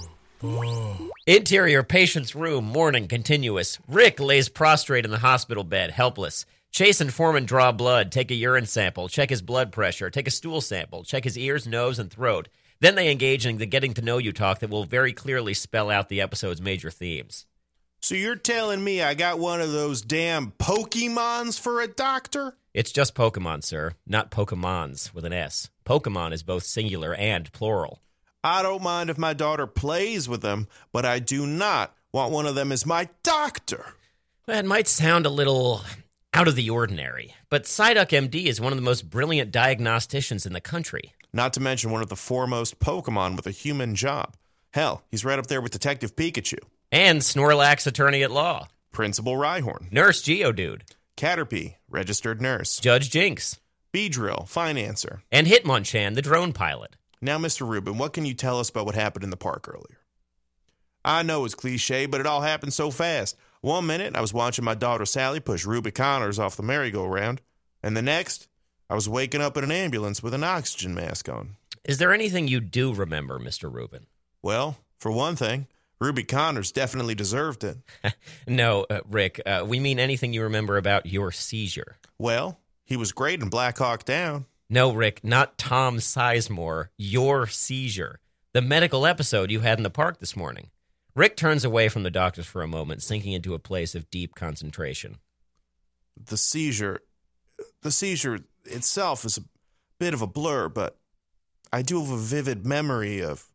[SPEAKER 1] Interior patient's room, morning, continuous. Rick lays prostrate in the hospital bed, helpless. Chase and Foreman draw blood, take a urine sample, check his blood pressure, take a stool sample, check his ears, nose, and throat. Then they engage in the getting to know you talk that will very clearly spell out the episode's major themes.
[SPEAKER 12] So you're telling me I got one of those damn Pokemons for a doctor?
[SPEAKER 1] It's just Pokemon, sir, not Pokemons with an S. Pokemon is both singular and plural.
[SPEAKER 12] I don't mind if my daughter plays with them, but I do not want one of them as my doctor.
[SPEAKER 1] That might sound a little out of the ordinary, but Psyduck MD is one of the most brilliant diagnosticians in the country.
[SPEAKER 12] Not to mention one of the foremost Pokemon with a human job. Hell, he's right up there with Detective Pikachu,
[SPEAKER 1] And Snorlax attorney at law,
[SPEAKER 12] Principal Rhyhorn,
[SPEAKER 1] Nurse Geodude,
[SPEAKER 12] Caterpie, registered nurse,
[SPEAKER 1] Judge Jinx,
[SPEAKER 12] Beedrill, financer.
[SPEAKER 1] and Hitmonchan, the drone pilot.
[SPEAKER 12] Now, Mr. Rubin, what can you tell us about what happened in the park earlier? I know it's cliche, but it all happened so fast. One minute, I was watching my daughter Sally push Ruby Connors off the merry-go-round, and the next, I was waking up in an ambulance with an oxygen mask on.
[SPEAKER 1] Is there anything you do remember, Mr. Rubin?
[SPEAKER 12] Well, for one thing, Ruby Connors definitely deserved it.
[SPEAKER 1] no, uh, Rick, uh, we mean anything you remember about your seizure.
[SPEAKER 12] Well, he was great in Black Hawk Down.
[SPEAKER 1] No, Rick, not Tom Sizemore, your seizure. The medical episode you had in the park this morning. Rick turns away from the doctors for a moment, sinking into a place of deep concentration.
[SPEAKER 12] The seizure, the seizure itself is a bit of a blur, but I do have a vivid memory of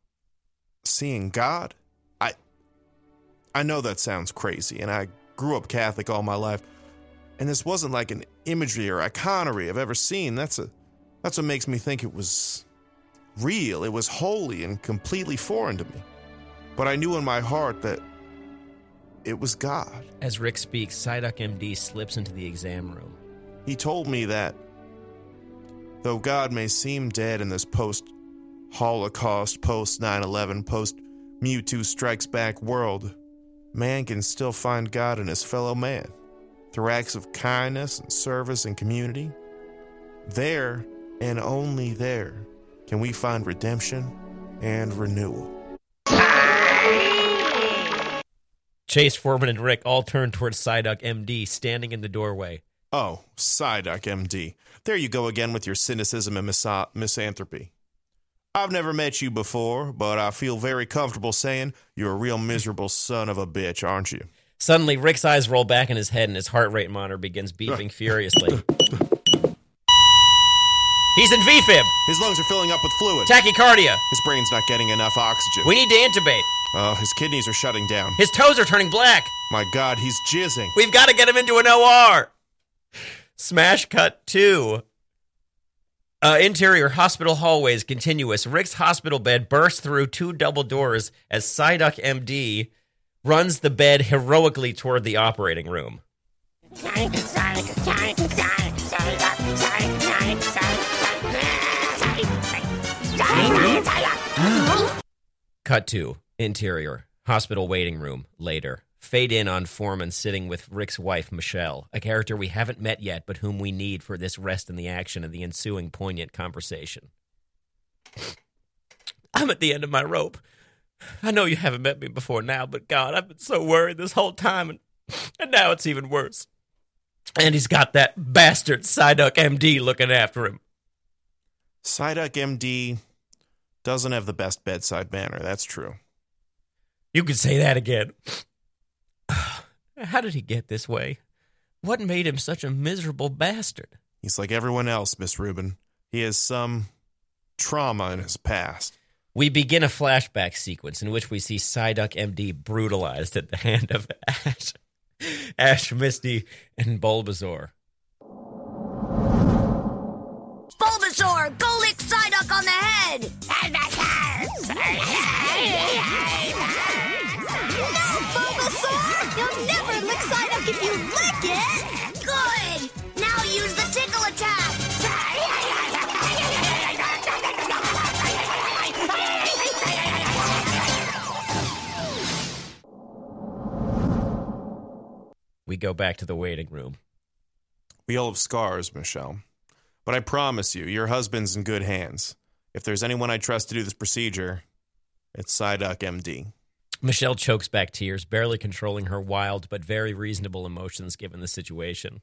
[SPEAKER 12] seeing God. I, I know that sounds crazy, and I grew up Catholic all my life, and this wasn't like an imagery or iconery I've ever seen. That's a, that's what makes me think it was real. It was holy and completely foreign to me. But I knew in my heart that it was God.
[SPEAKER 1] As Rick speaks, Psyduck MD slips into the exam room.
[SPEAKER 12] He told me that though God may seem dead in this post Holocaust, post 9 11, post Mewtwo Strikes Back world, man can still find God in his fellow man through acts of kindness and service and community. There and only there can we find redemption and renewal.
[SPEAKER 1] Chase, Foreman, and Rick all turn towards Psyduck MD, standing in the doorway.
[SPEAKER 12] Oh, Psyduck, MD. There you go again with your cynicism and misa- misanthropy. I've never met you before, but I feel very comfortable saying you're a real miserable son of a bitch, aren't you?
[SPEAKER 1] Suddenly, Rick's eyes roll back in his head and his heart rate monitor begins beeping furiously. He's in VFib!
[SPEAKER 12] His lungs are filling up with fluid.
[SPEAKER 1] Tachycardia!
[SPEAKER 12] His brain's not getting enough oxygen.
[SPEAKER 1] We need to intubate!
[SPEAKER 12] Oh, his kidneys are shutting down.
[SPEAKER 1] His toes are turning black!
[SPEAKER 12] My God, he's jizzing.
[SPEAKER 1] We've got to get him into an OR! Smash cut two. Uh, interior hospital hallways continuous. Rick's hospital bed bursts through two double doors as Psyduck MD runs the bed heroically toward the operating room.
[SPEAKER 13] Sonic, Sonic, Sonic, Sonic, Sonic, Sonic, Sonic, Sonic, Sonic, Sonic, Sonic, Sonic.
[SPEAKER 1] Cut to interior hospital waiting room later. Fade in on Foreman sitting with Rick's wife, Michelle, a character we haven't met yet, but whom we need for this rest in the action of the ensuing poignant conversation. I'm at the end of my rope. I know you haven't met me before now, but God, I've been so worried this whole time, and, and now it's even worse. And he's got that bastard Psyduck MD looking after him.
[SPEAKER 12] Psyduck, MD doesn't have the best bedside manner, that's true.
[SPEAKER 1] You could say that again. How did he get this way? What made him such a miserable bastard?
[SPEAKER 12] He's like everyone else, Miss Rubin. He has some trauma in his past.
[SPEAKER 1] We begin a flashback sequence in which we see Psyduck MD brutalized at the hand of Ash, Ash Misty, and Bulbasaur.
[SPEAKER 13] Bulbasaur, go lick Psyduck on the head! No, Bulbasaur! You'll never lick Psyduck if you lick it! Good! Now use the tickle attack!
[SPEAKER 1] We go back to the waiting room.
[SPEAKER 12] We all have scars, Michelle. But I promise you, your husband's in good hands. If there's anyone I trust to do this procedure, it's Psyduck MD.
[SPEAKER 1] Michelle chokes back tears, barely controlling her wild but very reasonable emotions given the situation.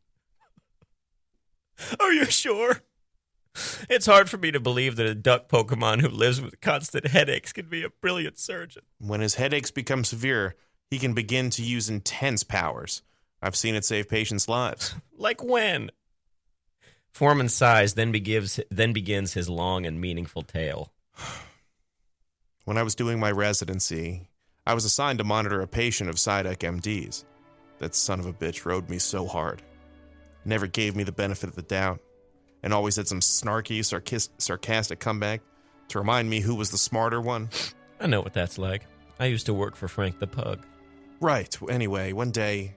[SPEAKER 1] Are you sure? It's hard for me to believe that a duck Pokemon who lives with constant headaches can be a brilliant surgeon.
[SPEAKER 12] When his headaches become severe, he can begin to use intense powers. I've seen it save patients' lives.
[SPEAKER 1] Like when? Foreman sighs, then begins, then begins his long and meaningful tale.
[SPEAKER 12] When I was doing my residency, I was assigned to monitor a patient of Psyduck MD's. That son of a bitch rode me so hard. Never gave me the benefit of the doubt, and always had some snarky, sarkis- sarcastic comeback to remind me who was the smarter one.
[SPEAKER 1] I know what that's like. I used to work for Frank the Pug.
[SPEAKER 12] Right, anyway, one day,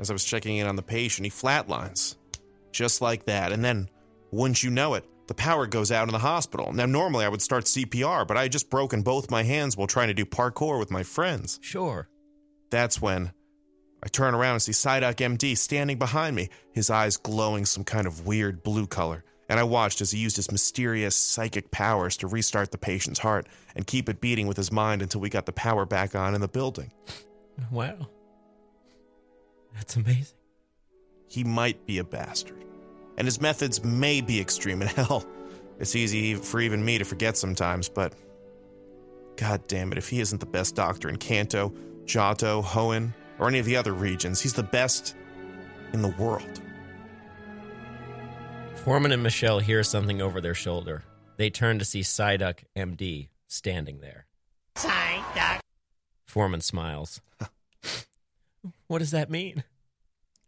[SPEAKER 12] as I was checking in on the patient, he flatlines. Just like that. And then, wouldn't you know it, the power goes out in the hospital. Now, normally I would start CPR, but I had just broken both my hands while trying to do parkour with my friends.
[SPEAKER 1] Sure.
[SPEAKER 12] That's when I turn around and see Psyduck MD standing behind me, his eyes glowing some kind of weird blue color. And I watched as he used his mysterious psychic powers to restart the patient's heart and keep it beating with his mind until we got the power back on in the building.
[SPEAKER 1] Wow. That's amazing.
[SPEAKER 12] He might be a bastard and his methods may be extreme. And hell, it's easy for even me to forget sometimes, but god damn it, if he isn't the best doctor in Kanto, Johto, Hoenn, or any of the other regions, he's the best in the world.
[SPEAKER 1] Foreman and Michelle hear something over their shoulder. They turn to see Psyduck MD standing there.
[SPEAKER 13] Psyduck.
[SPEAKER 1] Foreman smiles. what does that mean?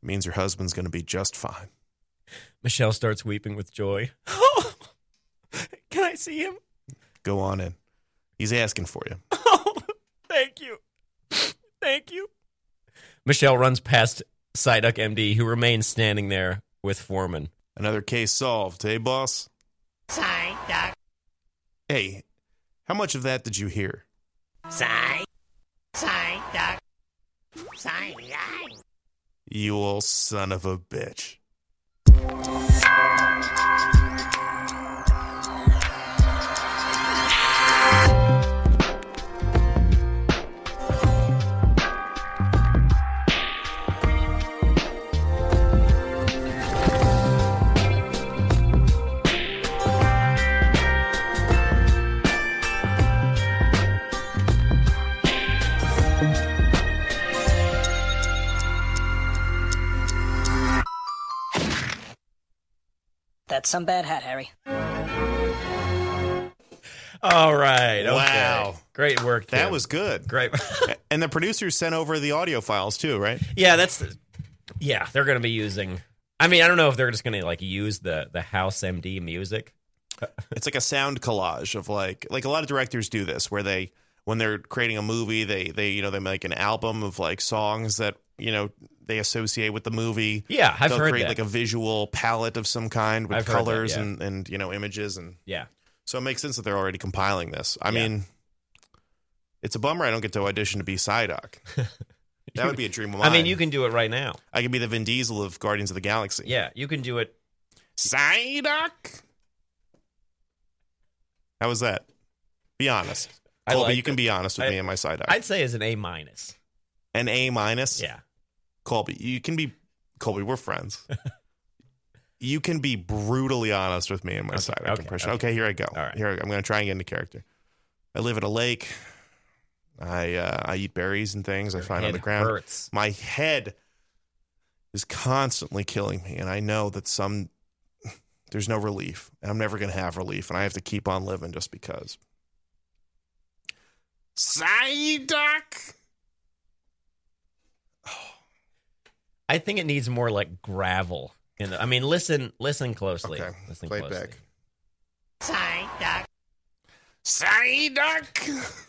[SPEAKER 12] It means your husband's going to be just fine.
[SPEAKER 1] Michelle starts weeping with joy.
[SPEAKER 7] Oh, can I see him?
[SPEAKER 12] Go on in. He's asking for you.
[SPEAKER 7] Oh, thank you. Thank you.
[SPEAKER 1] Michelle runs past Psyduck MD, who remains standing there with Foreman.
[SPEAKER 12] Another case solved, hey, boss?
[SPEAKER 13] Psyduck.
[SPEAKER 12] Hey, how much of that did you hear?
[SPEAKER 13] Psy. Psyduck. Psyduck.
[SPEAKER 12] You old son of a bitch.
[SPEAKER 14] That's some bad hat, Harry.
[SPEAKER 1] All right. Okay.
[SPEAKER 12] Wow.
[SPEAKER 1] Great work.
[SPEAKER 12] That
[SPEAKER 1] Tim.
[SPEAKER 12] was good.
[SPEAKER 1] great.
[SPEAKER 12] and the producers sent over the audio files too, right?
[SPEAKER 1] yeah, that's yeah. They're going to be using. I mean, I don't know if they're just going to like use the the house MD music.
[SPEAKER 12] It's like a sound collage of like like a lot of directors do this where they when they're creating a movie, they they you know they make an album of like songs that, you know, they associate with the movie.
[SPEAKER 1] Yeah, I've
[SPEAKER 12] They'll
[SPEAKER 1] heard
[SPEAKER 12] create
[SPEAKER 1] that.
[SPEAKER 12] like a visual palette of some kind with
[SPEAKER 1] I've heard that,
[SPEAKER 12] colors
[SPEAKER 1] yeah.
[SPEAKER 12] and and you know images and
[SPEAKER 1] Yeah.
[SPEAKER 12] so it makes sense that they're already compiling this. I
[SPEAKER 1] Yeah.
[SPEAKER 12] mean, it's a bummer I don't get to audition to be Psyduck. That would be a dream of
[SPEAKER 1] I
[SPEAKER 12] mine.
[SPEAKER 1] mean, you can do it right now.
[SPEAKER 12] I could be the Vin Diesel of Guardians of the Galaxy.
[SPEAKER 1] Yeah, you can do it.
[SPEAKER 12] Psyduck. How was that? Be honest.
[SPEAKER 1] I
[SPEAKER 12] Colby,
[SPEAKER 1] liked
[SPEAKER 12] you can
[SPEAKER 1] it.
[SPEAKER 12] be honest with
[SPEAKER 1] I-
[SPEAKER 12] me and my Psyduck.
[SPEAKER 1] I'd say as an A minus.
[SPEAKER 12] An A minus.
[SPEAKER 1] Yeah.
[SPEAKER 12] Colby, you can be Colby, we're friends. you can be brutally honest with me and my Psyduck
[SPEAKER 1] okay,
[SPEAKER 12] impression.
[SPEAKER 1] okay.
[SPEAKER 12] Okay. here I go.
[SPEAKER 1] All right.
[SPEAKER 12] Here I go. I'm gonna try and get into character. I live at a lake. I uh, I eat berries and things I find on
[SPEAKER 1] head
[SPEAKER 12] the ground.
[SPEAKER 1] hurts.
[SPEAKER 12] My head is constantly killing me, and I know that some there's no relief, and I'm never gonna have relief, and I have to keep on living just because. Psyduck.
[SPEAKER 1] I think it needs more like gravel. In the, I mean, listen, listen closely.
[SPEAKER 12] Okay,
[SPEAKER 1] Listen
[SPEAKER 12] play it
[SPEAKER 1] closely.
[SPEAKER 12] back.
[SPEAKER 13] Psyduck.
[SPEAKER 12] Psyduck.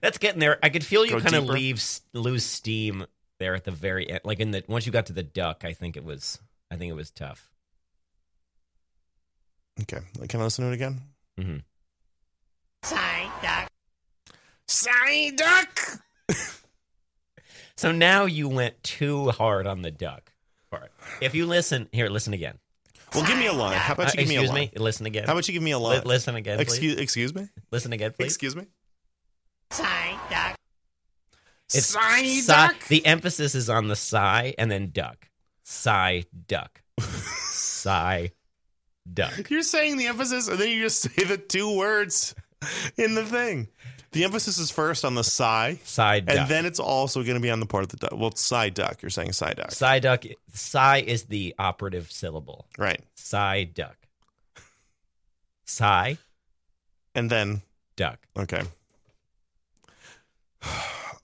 [SPEAKER 1] That's getting there. I could feel you
[SPEAKER 12] Go
[SPEAKER 1] kind of
[SPEAKER 12] deeper.
[SPEAKER 1] leave lose steam there at the very end. Like in the once you got to the duck, I think it was. I think it was tough.
[SPEAKER 12] Okay, can I listen to it again?
[SPEAKER 1] Mm-hmm.
[SPEAKER 13] Psyduck.
[SPEAKER 12] Psyduck.
[SPEAKER 1] So now you went too hard on the duck part. If you listen here, listen again.
[SPEAKER 12] Well, give me a line. How about
[SPEAKER 1] Uh,
[SPEAKER 12] you give me a
[SPEAKER 1] excuse
[SPEAKER 12] line?
[SPEAKER 1] me. Listen again.
[SPEAKER 12] How about you give me a
[SPEAKER 1] Li-
[SPEAKER 12] line?
[SPEAKER 1] listen again, please.
[SPEAKER 12] Excuse, excuse me.
[SPEAKER 1] Listen again, please.
[SPEAKER 12] Excuse me.
[SPEAKER 13] Psyduck.
[SPEAKER 1] It's
[SPEAKER 13] Psy
[SPEAKER 1] Psy-
[SPEAKER 13] duck.
[SPEAKER 1] The emphasis is on the sigh and then duck. Sigh duck. sigh duck.
[SPEAKER 12] You're saying the emphasis, and then you just say the two words in the thing. The emphasis is first on the sigh,
[SPEAKER 1] Sigh duck.
[SPEAKER 12] and then it's also going to be on the part of the duck. Well, it's sigh duck. You're saying sigh duck,
[SPEAKER 1] sigh duck. Sigh is the operative syllable.
[SPEAKER 12] right?
[SPEAKER 1] Sigh duck. Sigh
[SPEAKER 12] And then
[SPEAKER 1] duck.
[SPEAKER 12] okay.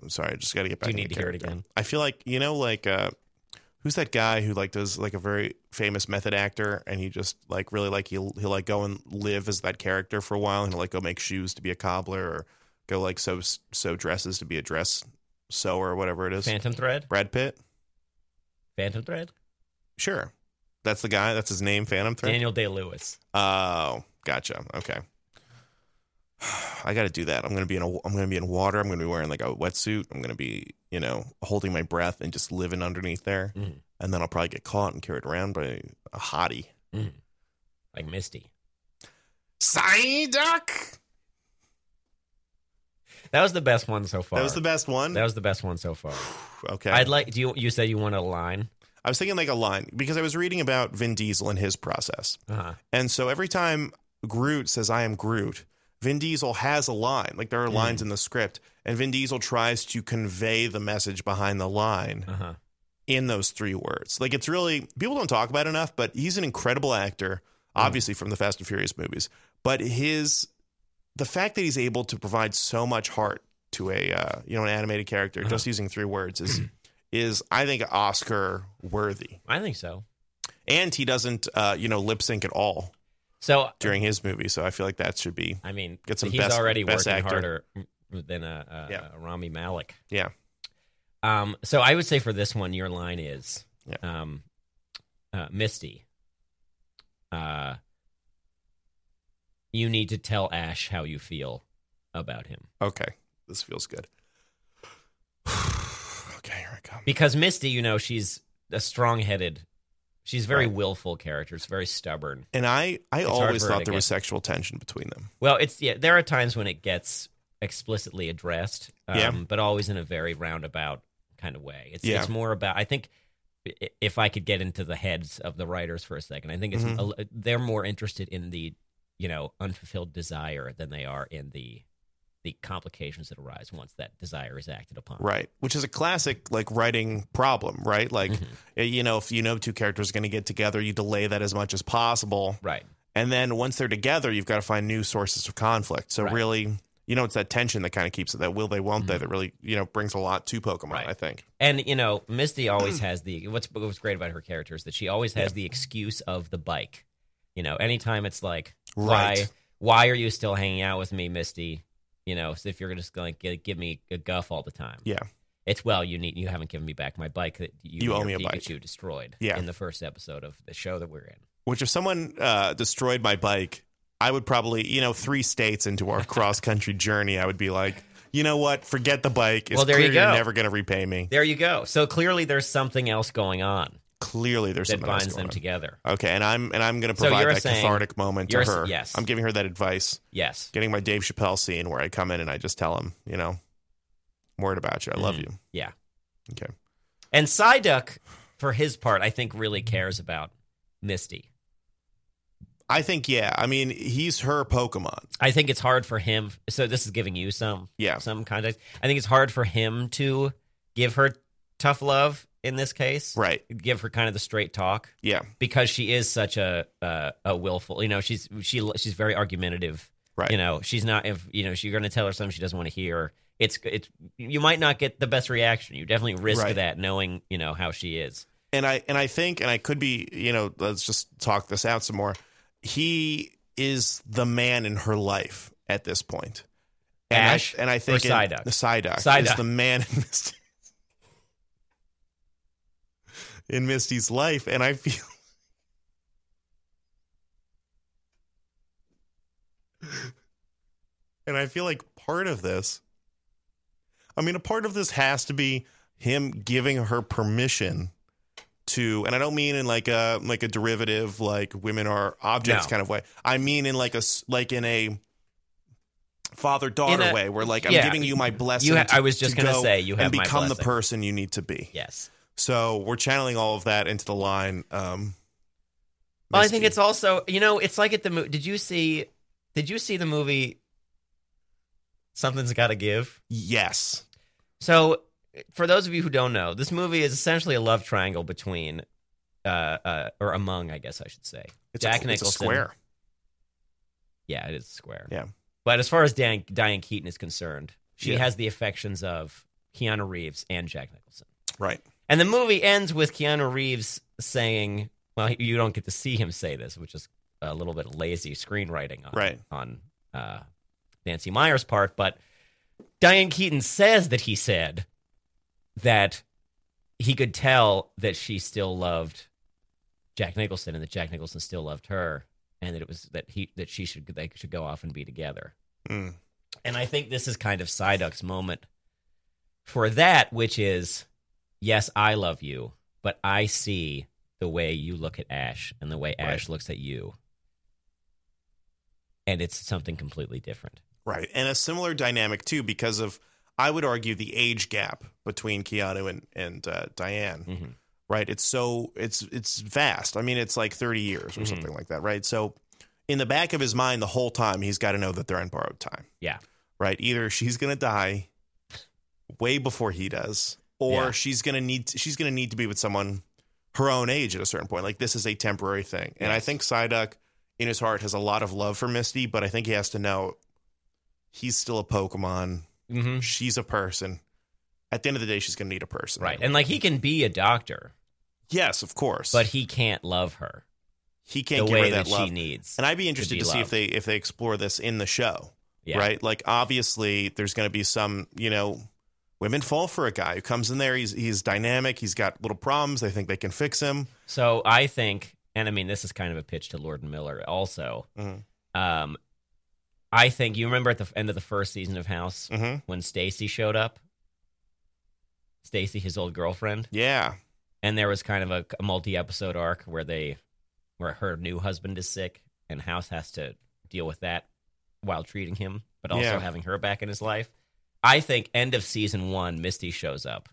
[SPEAKER 12] I'm sorry. I just got to get back.
[SPEAKER 1] Do you need
[SPEAKER 12] into
[SPEAKER 1] to hear it
[SPEAKER 12] character.
[SPEAKER 1] again?
[SPEAKER 12] I feel like you know, like uh, who's that guy who like does like a very famous method actor, and he just like really like he'll he'll like go and live as that character for a while, and he'll like go make shoes to be a cobbler, or go like sew sew dresses to be a dress sewer, or whatever it is.
[SPEAKER 1] Phantom thread.
[SPEAKER 12] Brad Pitt,
[SPEAKER 1] Phantom thread.
[SPEAKER 12] sure, that's the guy. That's his name. Phantom Thread.
[SPEAKER 1] Daniel Day Lewis.
[SPEAKER 12] Oh, gotcha. Okay. I got to do that. I'm gonna be in a. I'm gonna be in water. I'm gonna be wearing like a wetsuit. I'm gonna be, you know, holding my breath and just living underneath there.
[SPEAKER 1] Mhm.
[SPEAKER 12] And then I'll probably get caught and carried around by a hottie.
[SPEAKER 1] Like Misty.
[SPEAKER 12] Psyduck.
[SPEAKER 1] That was the best one so far.
[SPEAKER 12] That was the best one.
[SPEAKER 1] That was the best one so far.
[SPEAKER 12] okay.
[SPEAKER 1] I'd like. Do you? You said you want a line.
[SPEAKER 12] I was thinking like a line because I was reading about Vin Diesel and his process.
[SPEAKER 1] Uh-huh.
[SPEAKER 12] And so every time Groot says, I am Groot, Vin Diesel has a line. Like there are
[SPEAKER 1] Mm.
[SPEAKER 12] lines in the script, and Vin Diesel tries to convey the message behind the line
[SPEAKER 1] Uh-huh.
[SPEAKER 12] in those three words. Like it's really, people don't talk about it enough, but he's an incredible actor, obviously from the Fast and Furious movies. But his, the fact that he's able to provide so much heart to a, uh, you know, an animated character
[SPEAKER 1] Uh-huh.
[SPEAKER 12] just using three words is, is I think Oscar worthy.
[SPEAKER 1] I think so.
[SPEAKER 12] And he doesn't, uh, you know, lip sync at all
[SPEAKER 1] So
[SPEAKER 12] during his movie. So I feel like that should be
[SPEAKER 1] I mean,
[SPEAKER 12] Get some
[SPEAKER 1] he's
[SPEAKER 12] best-
[SPEAKER 1] already
[SPEAKER 12] best
[SPEAKER 1] working
[SPEAKER 12] actor.
[SPEAKER 1] harder than a, a,
[SPEAKER 12] Yeah.
[SPEAKER 1] a Rami Malik.
[SPEAKER 12] yeah.
[SPEAKER 1] Um, so I would say for this one, your line is
[SPEAKER 12] Yeah.
[SPEAKER 1] um, uh, Misty. Uh, you need to tell Ash how you feel about him
[SPEAKER 12] Okay, this feels good. okay, here I come.
[SPEAKER 1] because Misty, you know, she's a strong-headed, she's very
[SPEAKER 12] Right.
[SPEAKER 1] willful character. It's very stubborn.
[SPEAKER 12] And I, I
[SPEAKER 1] It's hard
[SPEAKER 12] always
[SPEAKER 1] for her
[SPEAKER 12] thought
[SPEAKER 1] to
[SPEAKER 12] there was
[SPEAKER 1] get-
[SPEAKER 12] sexual tension between them.
[SPEAKER 1] Well, it's yeah. There are times when it gets explicitly addressed, um,
[SPEAKER 12] Yeah.
[SPEAKER 1] but always in a very roundabout kind of way. It's
[SPEAKER 12] Yeah.
[SPEAKER 1] it's more about I think i- if I could get into the heads of the writers for a second, I think it's
[SPEAKER 12] Mhm.
[SPEAKER 1] a- they're more interested in the you know unfulfilled desire than they are in the the complications that arise once that desire is acted upon.
[SPEAKER 12] Right, which is a classic like writing problem, right? Like,
[SPEAKER 1] Mhm.
[SPEAKER 12] eh, you know, if you know two characters are going to get together, you delay that as much as possible,
[SPEAKER 1] Right.
[SPEAKER 12] and then once they're together, you've got to find new sources of conflict. So
[SPEAKER 1] Right.
[SPEAKER 12] really, you know, it's that tension that kind of keeps it that will they, won't they,
[SPEAKER 1] Mhm.
[SPEAKER 12] that really you know brings a lot to Pokemon.
[SPEAKER 1] Right.
[SPEAKER 12] I think.
[SPEAKER 1] And you know, Misty always has the what's what's great about her character is that she always has the excuse of the bike. You know, anytime it's like, why
[SPEAKER 12] Right.
[SPEAKER 1] why are you still hanging out with me, Misty? You know, so if you're just going to give me a guff all the time,
[SPEAKER 12] Yeah.
[SPEAKER 1] it's well you need you haven't given me back my bike that you,
[SPEAKER 12] You
[SPEAKER 1] and
[SPEAKER 12] owe
[SPEAKER 1] your
[SPEAKER 12] me a bike.
[SPEAKER 1] Pikachu destroyed
[SPEAKER 12] Yeah.
[SPEAKER 1] in the first episode of the show that we're in.
[SPEAKER 12] Which if someone uh, destroyed my bike, I would probably, you know, three states into our cross country journey, I would be like, you know what? Forget the bike. It's
[SPEAKER 1] Well, there
[SPEAKER 12] clear
[SPEAKER 1] you go.
[SPEAKER 12] are never going to repay me.
[SPEAKER 1] There you go. So clearly, there's something else going on
[SPEAKER 12] Clearly, there's
[SPEAKER 1] that
[SPEAKER 12] something else
[SPEAKER 1] binds them
[SPEAKER 12] going on.
[SPEAKER 1] together.
[SPEAKER 12] Okay, and I'm and I'm going to
[SPEAKER 1] So
[SPEAKER 12] provide
[SPEAKER 1] you're
[SPEAKER 12] that
[SPEAKER 1] saying-
[SPEAKER 12] cathartic moment to
[SPEAKER 1] you're s-
[SPEAKER 12] her.
[SPEAKER 1] yes.
[SPEAKER 12] I'm giving her that advice.
[SPEAKER 1] Yes.
[SPEAKER 12] Getting my Dave Chappelle scene where I come in and I just tell him, you know, I'm worried about you. I love
[SPEAKER 1] Mhm.
[SPEAKER 12] you.
[SPEAKER 1] Yeah.
[SPEAKER 12] Okay.
[SPEAKER 1] And Psyduck, for his part, I think really cares about Misty.
[SPEAKER 12] I think yeah. I mean, he's her Pokemon.
[SPEAKER 1] I think it's hard for him. So this is giving you some
[SPEAKER 12] Yeah.
[SPEAKER 1] some context. I think it's hard for him to give her tough love in this case.
[SPEAKER 12] Right.
[SPEAKER 1] Give her kind of the straight talk
[SPEAKER 12] Yeah.
[SPEAKER 1] because she is such a uh, a willful. You know, she's she she's very argumentative
[SPEAKER 12] Right.
[SPEAKER 1] You know, she's not if you know, she's gonna tell her something she doesn't want to hear. It's it's you might not get the best reaction. You definitely risk
[SPEAKER 12] Right.
[SPEAKER 1] that knowing, you know, how she is.
[SPEAKER 12] and I and I think and I could be you know let's just talk this out some more. He is the man in her life at this point. And
[SPEAKER 1] Ash
[SPEAKER 12] I, and I
[SPEAKER 1] or
[SPEAKER 12] think in-
[SPEAKER 1] Psyduck?
[SPEAKER 12] the Psyduck, is
[SPEAKER 1] Psyduck.
[SPEAKER 12] the man in Misty in Misty's life, and I feel. And I feel like part of this, I mean, a part of this has to be him giving her permission to, and I don't mean in like a like a derivative, like women are objects
[SPEAKER 1] No.
[SPEAKER 12] kind of way. I mean in like a s- like in a father daughter
[SPEAKER 1] a-
[SPEAKER 12] way, where like I'm
[SPEAKER 1] yeah.
[SPEAKER 12] giving you my blessing.
[SPEAKER 1] You ha-
[SPEAKER 12] to-
[SPEAKER 1] I was just
[SPEAKER 12] to
[SPEAKER 1] gonna
[SPEAKER 12] go
[SPEAKER 1] say, you have
[SPEAKER 12] and
[SPEAKER 1] my
[SPEAKER 12] become the
[SPEAKER 1] blessing.
[SPEAKER 12] person you need to be.
[SPEAKER 1] Yes.
[SPEAKER 12] So we're channeling all of that into the line. Um,
[SPEAKER 1] Well, I
[SPEAKER 12] Misty.
[SPEAKER 1] think it's also you know it's like at the movie. Did you see? Did you see the movie? Something's got to give.
[SPEAKER 12] yes,
[SPEAKER 1] So, for those of you who don't know, this movie is essentially a love triangle between, uh, uh or among, I guess I should say,
[SPEAKER 12] it's
[SPEAKER 1] Jack
[SPEAKER 12] a, it's a
[SPEAKER 1] Nicholson.
[SPEAKER 12] square.
[SPEAKER 1] Yeah, it is square.
[SPEAKER 12] Yeah.
[SPEAKER 1] But as far as Dan, Diane Keaton is concerned, she
[SPEAKER 12] Yeah.
[SPEAKER 1] has the affections of Keanu Reeves and Jack Nicholson.
[SPEAKER 12] Right.
[SPEAKER 1] And the movie ends with Keanu Reeves saying, well, you don't get to see him say this, which is a little bit lazy screenwriting on,
[SPEAKER 12] Right.
[SPEAKER 1] on uh, Nancy Meyer's part. But Diane Keaton says that he said that he could tell that she still loved Jack Nicholson and that Jack Nicholson still loved her and that it was that he that she should they should go off and be together.
[SPEAKER 12] Mm.
[SPEAKER 1] And I think this is kind of Psyduck's moment for that, which is, yes, I love you, but I see the way you look at Ash and the way Ash looks at you. And it's something completely different.
[SPEAKER 12] Right. And a similar dynamic too, because of I would argue the age gap between Keanu and and uh, Diane.
[SPEAKER 1] Mhm.
[SPEAKER 12] Right. It's so it's it's vast. I mean, it's like thirty years or
[SPEAKER 1] Mhm.
[SPEAKER 12] something like that. Right. So in the back of his mind, the whole time he's got to know that they're on borrowed time.
[SPEAKER 1] Yeah.
[SPEAKER 12] Right. Either she's gonna die way before he does, or
[SPEAKER 1] Yeah.
[SPEAKER 12] she's gonna need she's gonna need to be with someone her own age at a certain point. Like this is a temporary thing. And I
[SPEAKER 1] Yes.
[SPEAKER 12] think Psyduck in his heart has a lot of love for Misty, but I think he has to know he's still a Pokemon.
[SPEAKER 1] Mm-hmm.
[SPEAKER 12] She's a person. At the end of the day, she's going to need a person.
[SPEAKER 1] Right. And like he can be a doctor,
[SPEAKER 12] yes, of course.
[SPEAKER 1] but he can't love her
[SPEAKER 12] he
[SPEAKER 1] the
[SPEAKER 12] can't give
[SPEAKER 1] way
[SPEAKER 12] her that,
[SPEAKER 1] that
[SPEAKER 12] love.
[SPEAKER 1] she needs.
[SPEAKER 12] and I'd be interested
[SPEAKER 1] be
[SPEAKER 12] to, see if
[SPEAKER 1] loved.
[SPEAKER 12] they if they explore this in the show.
[SPEAKER 1] Yeah.
[SPEAKER 12] Right? Like obviously there's going to be some, you know, women fall for a guy who comes in there, he's he's dynamic, he's got little problems, they think they can fix him.
[SPEAKER 1] So I think, and I mean, this is kind of a pitch to Lord and Miller also.
[SPEAKER 12] Mhm.
[SPEAKER 1] Um, I think you remember at the end of the first season of House
[SPEAKER 12] Mhm.
[SPEAKER 1] when Stacy showed up, Stacy, his old girlfriend,
[SPEAKER 12] Yeah.
[SPEAKER 1] and there was kind of a, a multi-episode arc where they, where her new husband is sick and House has to deal with that while treating him, but also
[SPEAKER 12] Yeah.
[SPEAKER 1] having her back in his life. I think end of season one, Misty shows up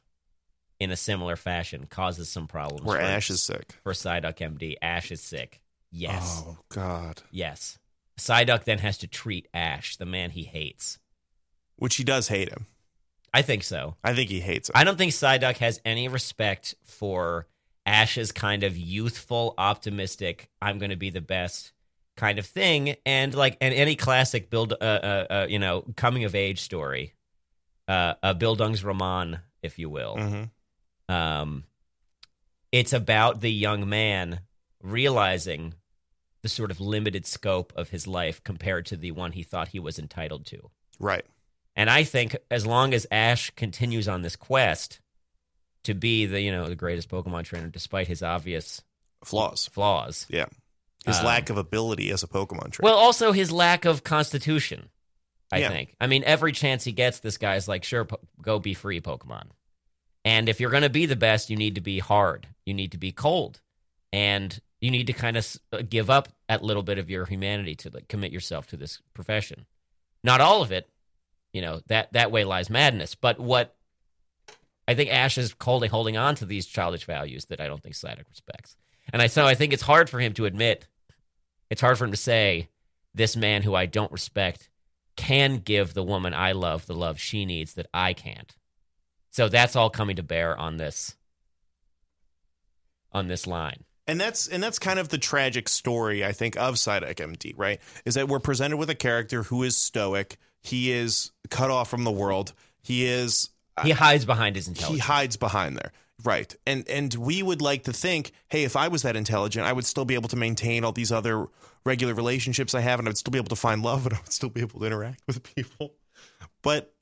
[SPEAKER 1] in a similar fashion, causes some problems.
[SPEAKER 12] Where
[SPEAKER 1] for-
[SPEAKER 12] Ash is sick.
[SPEAKER 1] for Psyduck MD. Ash is sick. Yes.
[SPEAKER 12] Oh god.
[SPEAKER 1] Yes. Psyduck then has to treat Ash, the man he hates.
[SPEAKER 12] Which he does hate him.
[SPEAKER 1] I think so.
[SPEAKER 12] I think he hates him.
[SPEAKER 1] I don't think Psyduck has any respect for Ash's kind of youthful, optimistic, I'm going to be the best kind of thing. And like, and any classic build, uh, uh, uh, you know, coming of age story, uh, uh, Bildungsroman, if you will.
[SPEAKER 12] hmm
[SPEAKER 1] Um, it's about the young man realizing the sort of limited scope of his life compared to the one he thought he was entitled to.
[SPEAKER 12] Right.
[SPEAKER 1] And I think as long as Ash continues on this quest to be the you know the greatest Pokemon trainer, despite his obvious
[SPEAKER 12] Flaws.
[SPEAKER 1] flaws,
[SPEAKER 12] Yeah. His
[SPEAKER 1] Um,
[SPEAKER 12] lack of ability as a Pokemon trainer.
[SPEAKER 1] well, also his lack of constitution. I
[SPEAKER 12] Yeah.
[SPEAKER 1] think. I mean, every chance he gets, this guy's like, "Sure, po- go be free, Pokemon." And if you're going to be the best, you need to be hard. You need to be cold, and you need to kind of give up that little bit of your humanity to like commit yourself to this profession. Not all of it, you know. That that way lies madness. But what I think Ash is holding holding on to these childish values that I don't think Psyduck respects. And I so I think it's hard for him to admit. It's hard for him to say this man who I don't respect can give the woman I love the love she needs that I can't. So that's all coming to bear on this on this line.
[SPEAKER 12] And that's and that's kind of the tragic story I think of Psyduck MD, right? Is that we're presented with a character who is stoic. He is cut off from the world. He is
[SPEAKER 1] He hides behind his intelligence.
[SPEAKER 12] He hides behind there. Right. And and we would like to think, hey, if I was that intelligent, I would still be able to maintain all these other regular relationships I have and I would still be able to find love and I would still be able to interact with people. But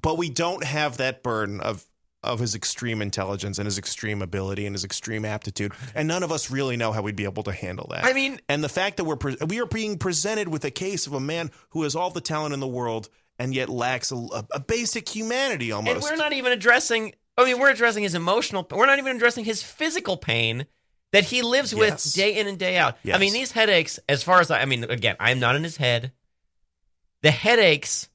[SPEAKER 12] but we don't have that burden of of his extreme intelligence and his extreme ability and his extreme aptitude, and none of us really know how we'd be able to handle that.
[SPEAKER 1] I mean-
[SPEAKER 12] and the fact that we're pre- we are being presented with a case of a man who has all the talent in the world and yet lacks a, a- a basic humanity almost.
[SPEAKER 1] And we're not even addressing. I mean, we're addressing his emotional. We're not even addressing his physical pain that he lives
[SPEAKER 12] Yes.
[SPEAKER 1] with day in and day out. I mean, these headaches. As far as I, I mean, again, I am not in his head. The headaches.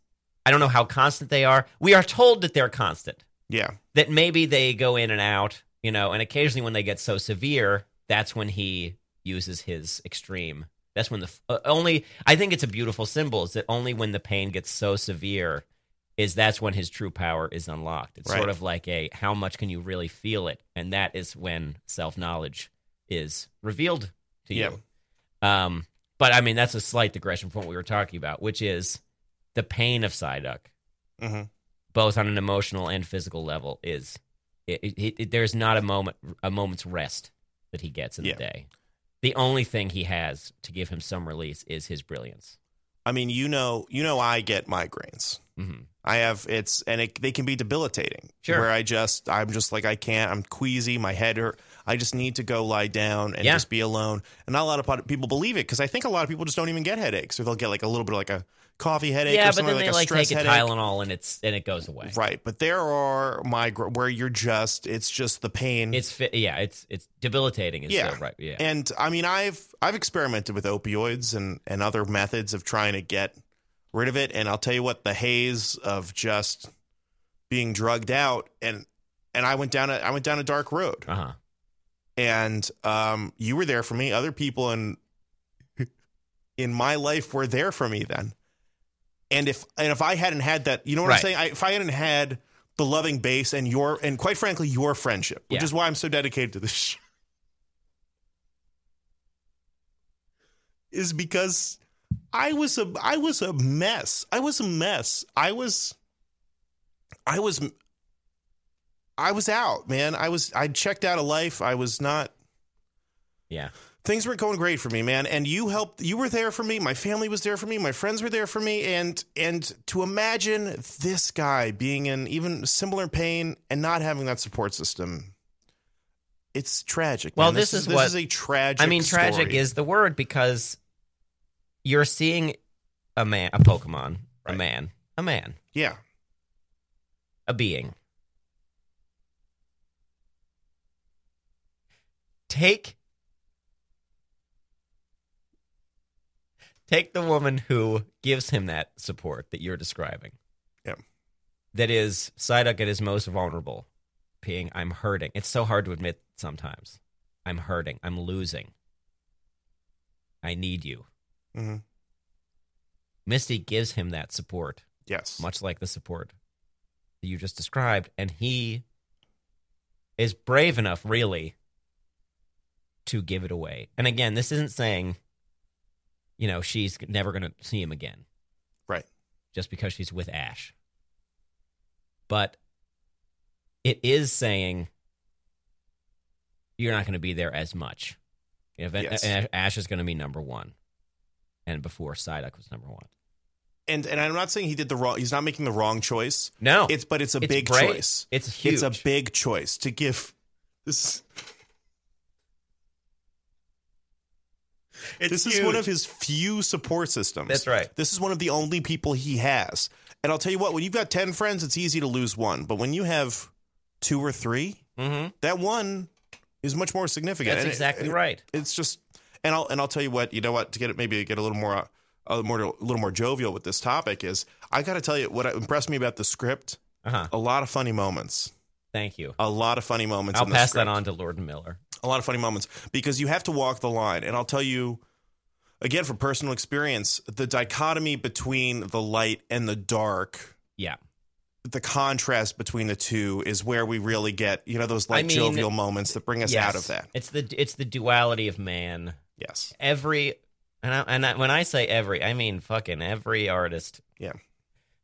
[SPEAKER 1] I don't know how constant they are. We are told that they're constant.
[SPEAKER 12] yeah.
[SPEAKER 1] That maybe they go in and out. You know, and occasionally when they get so severe, that's when he uses his extreme. That's when the f- uh, only. I think it's a beautiful symbol. Is that only when the pain gets so severe is that's when his true power is unlocked. It's
[SPEAKER 12] Right.
[SPEAKER 1] sort of like a how much can you really feel it, and that is when self knowledge is revealed to you. Um, but I mean, that's a slight digression from what we were talking about, which is the pain of Psyduck,
[SPEAKER 12] Mm-hmm.
[SPEAKER 1] both on an emotional and physical level, is it, it, it, there's not a moment a moment's rest that he gets in
[SPEAKER 12] Yeah.
[SPEAKER 1] the day. The only thing he has to give him some release is his brilliance.
[SPEAKER 12] I mean, you know, you know, I get migraines.
[SPEAKER 1] Mhm.
[SPEAKER 12] I have it's and it, they can be debilitating.
[SPEAKER 1] Sure.
[SPEAKER 12] Where I just I'm just like I can't. I'm queasy. My head hurt. I just need to go lie down and
[SPEAKER 1] Yeah.
[SPEAKER 12] just be alone. And not a lot of pot- people believe it because I think a lot of people just don't even get headaches, or they'll get like a little bit of like a coffee headache.
[SPEAKER 1] yeah,
[SPEAKER 12] or
[SPEAKER 1] but
[SPEAKER 12] something
[SPEAKER 1] then they
[SPEAKER 12] a
[SPEAKER 1] like
[SPEAKER 12] stress
[SPEAKER 1] take a
[SPEAKER 12] headache.
[SPEAKER 1] Tylenol and it's and it goes away.
[SPEAKER 12] Right, but there are migra where you're just it's just the pain.
[SPEAKER 1] It's fi- yeah, it's it's debilitating. Is the right. Yeah,
[SPEAKER 12] And I mean, I've I've experimented with opioids and and other methods of trying to get rid of it. And I'll tell you what, the haze of just being drugged out and and I went down a I went down a dark road.
[SPEAKER 1] uh huh.
[SPEAKER 12] And um, you were there for me. Other people in in my life were there for me then. And if and if I hadn't had that, you know what I'm
[SPEAKER 1] Right.
[SPEAKER 12] saying? I, if I hadn't had the loving base and your and quite frankly your friendship, which
[SPEAKER 1] Yeah.
[SPEAKER 12] is why I'm so dedicated to this. show. is because I was a I was a mess. I was a mess. I was I was I was out, man. I was I checked out of life. I was not
[SPEAKER 1] Yeah.
[SPEAKER 12] things weren't going great for me, man. And you helped you were there for me. My family was there for me. My friends were there for me and and to imagine this guy being in even similar pain and not having that support system. It's tragic.
[SPEAKER 1] Well,
[SPEAKER 12] man.
[SPEAKER 1] this, is,
[SPEAKER 12] this
[SPEAKER 1] what
[SPEAKER 12] is a tragic
[SPEAKER 1] I mean, tragic
[SPEAKER 12] story.
[SPEAKER 1] is the word because you're seeing a man, a Pokemon, a man, a man,
[SPEAKER 12] Yeah.
[SPEAKER 1] a being take take the woman who gives him that support that you're describing.
[SPEAKER 12] Yeah.
[SPEAKER 1] That is Psyduck at his most vulnerable, being I'm hurting. It's so hard to admit sometimes. I'm hurting. I'm losing. I need you.
[SPEAKER 12] Mm-hmm.
[SPEAKER 1] Misty gives him that support,
[SPEAKER 12] Yes.
[SPEAKER 1] much like the support that you just described, and he is brave enough, really, to give it away. And again, this isn't saying, you know, she's never going to see him again
[SPEAKER 12] Right.
[SPEAKER 1] just because she's with Ash. But it is saying you're not going to be there as much. If,
[SPEAKER 12] Yes.
[SPEAKER 1] and Ash is going to be number one, and before Psyduck was number one.
[SPEAKER 12] and and I'm not saying he did the wrong. He's not making the wrong choice.
[SPEAKER 1] No,
[SPEAKER 12] It's but it's a
[SPEAKER 1] It's
[SPEAKER 12] big
[SPEAKER 1] brave.
[SPEAKER 12] choice.
[SPEAKER 1] It's
[SPEAKER 12] It's a
[SPEAKER 1] huge.
[SPEAKER 12] big choice to give. This this is one of his few support systems.
[SPEAKER 1] That's right.
[SPEAKER 12] This is one of the only people he has. And I'll tell you what, when you've got 10 friends, it's easy to lose one. But when you have two or three,
[SPEAKER 1] Mm-hmm.
[SPEAKER 12] that one is much more significant.
[SPEAKER 1] That's
[SPEAKER 12] And it-
[SPEAKER 1] exactly
[SPEAKER 12] it-
[SPEAKER 1] right.
[SPEAKER 12] It's just, and I'll and I'll tell you what. You know what? To get it, maybe to get a little more, uh, a more a little more jovial with this topic is, I got to tell you what impressed me about the script.
[SPEAKER 1] Uh huh.
[SPEAKER 12] A lot of funny moments.
[SPEAKER 1] Thank you.
[SPEAKER 12] A lot of funny moments.
[SPEAKER 1] I'll
[SPEAKER 12] in the
[SPEAKER 1] pass that
[SPEAKER 12] script
[SPEAKER 1] on to Lord Miller.
[SPEAKER 12] a lot of funny moments because you have to walk the line. And I'll tell you again from personal experience, the dichotomy between the light and the dark
[SPEAKER 1] Yeah.
[SPEAKER 12] the contrast between the two is where we really get you know those like
[SPEAKER 1] I mean,
[SPEAKER 12] jovial moments that bring us out of that.
[SPEAKER 1] It's the it's the duality of man.
[SPEAKER 12] Yes.
[SPEAKER 1] Every and I, and I, when I say every, I mean fucking every artist.
[SPEAKER 12] Yeah.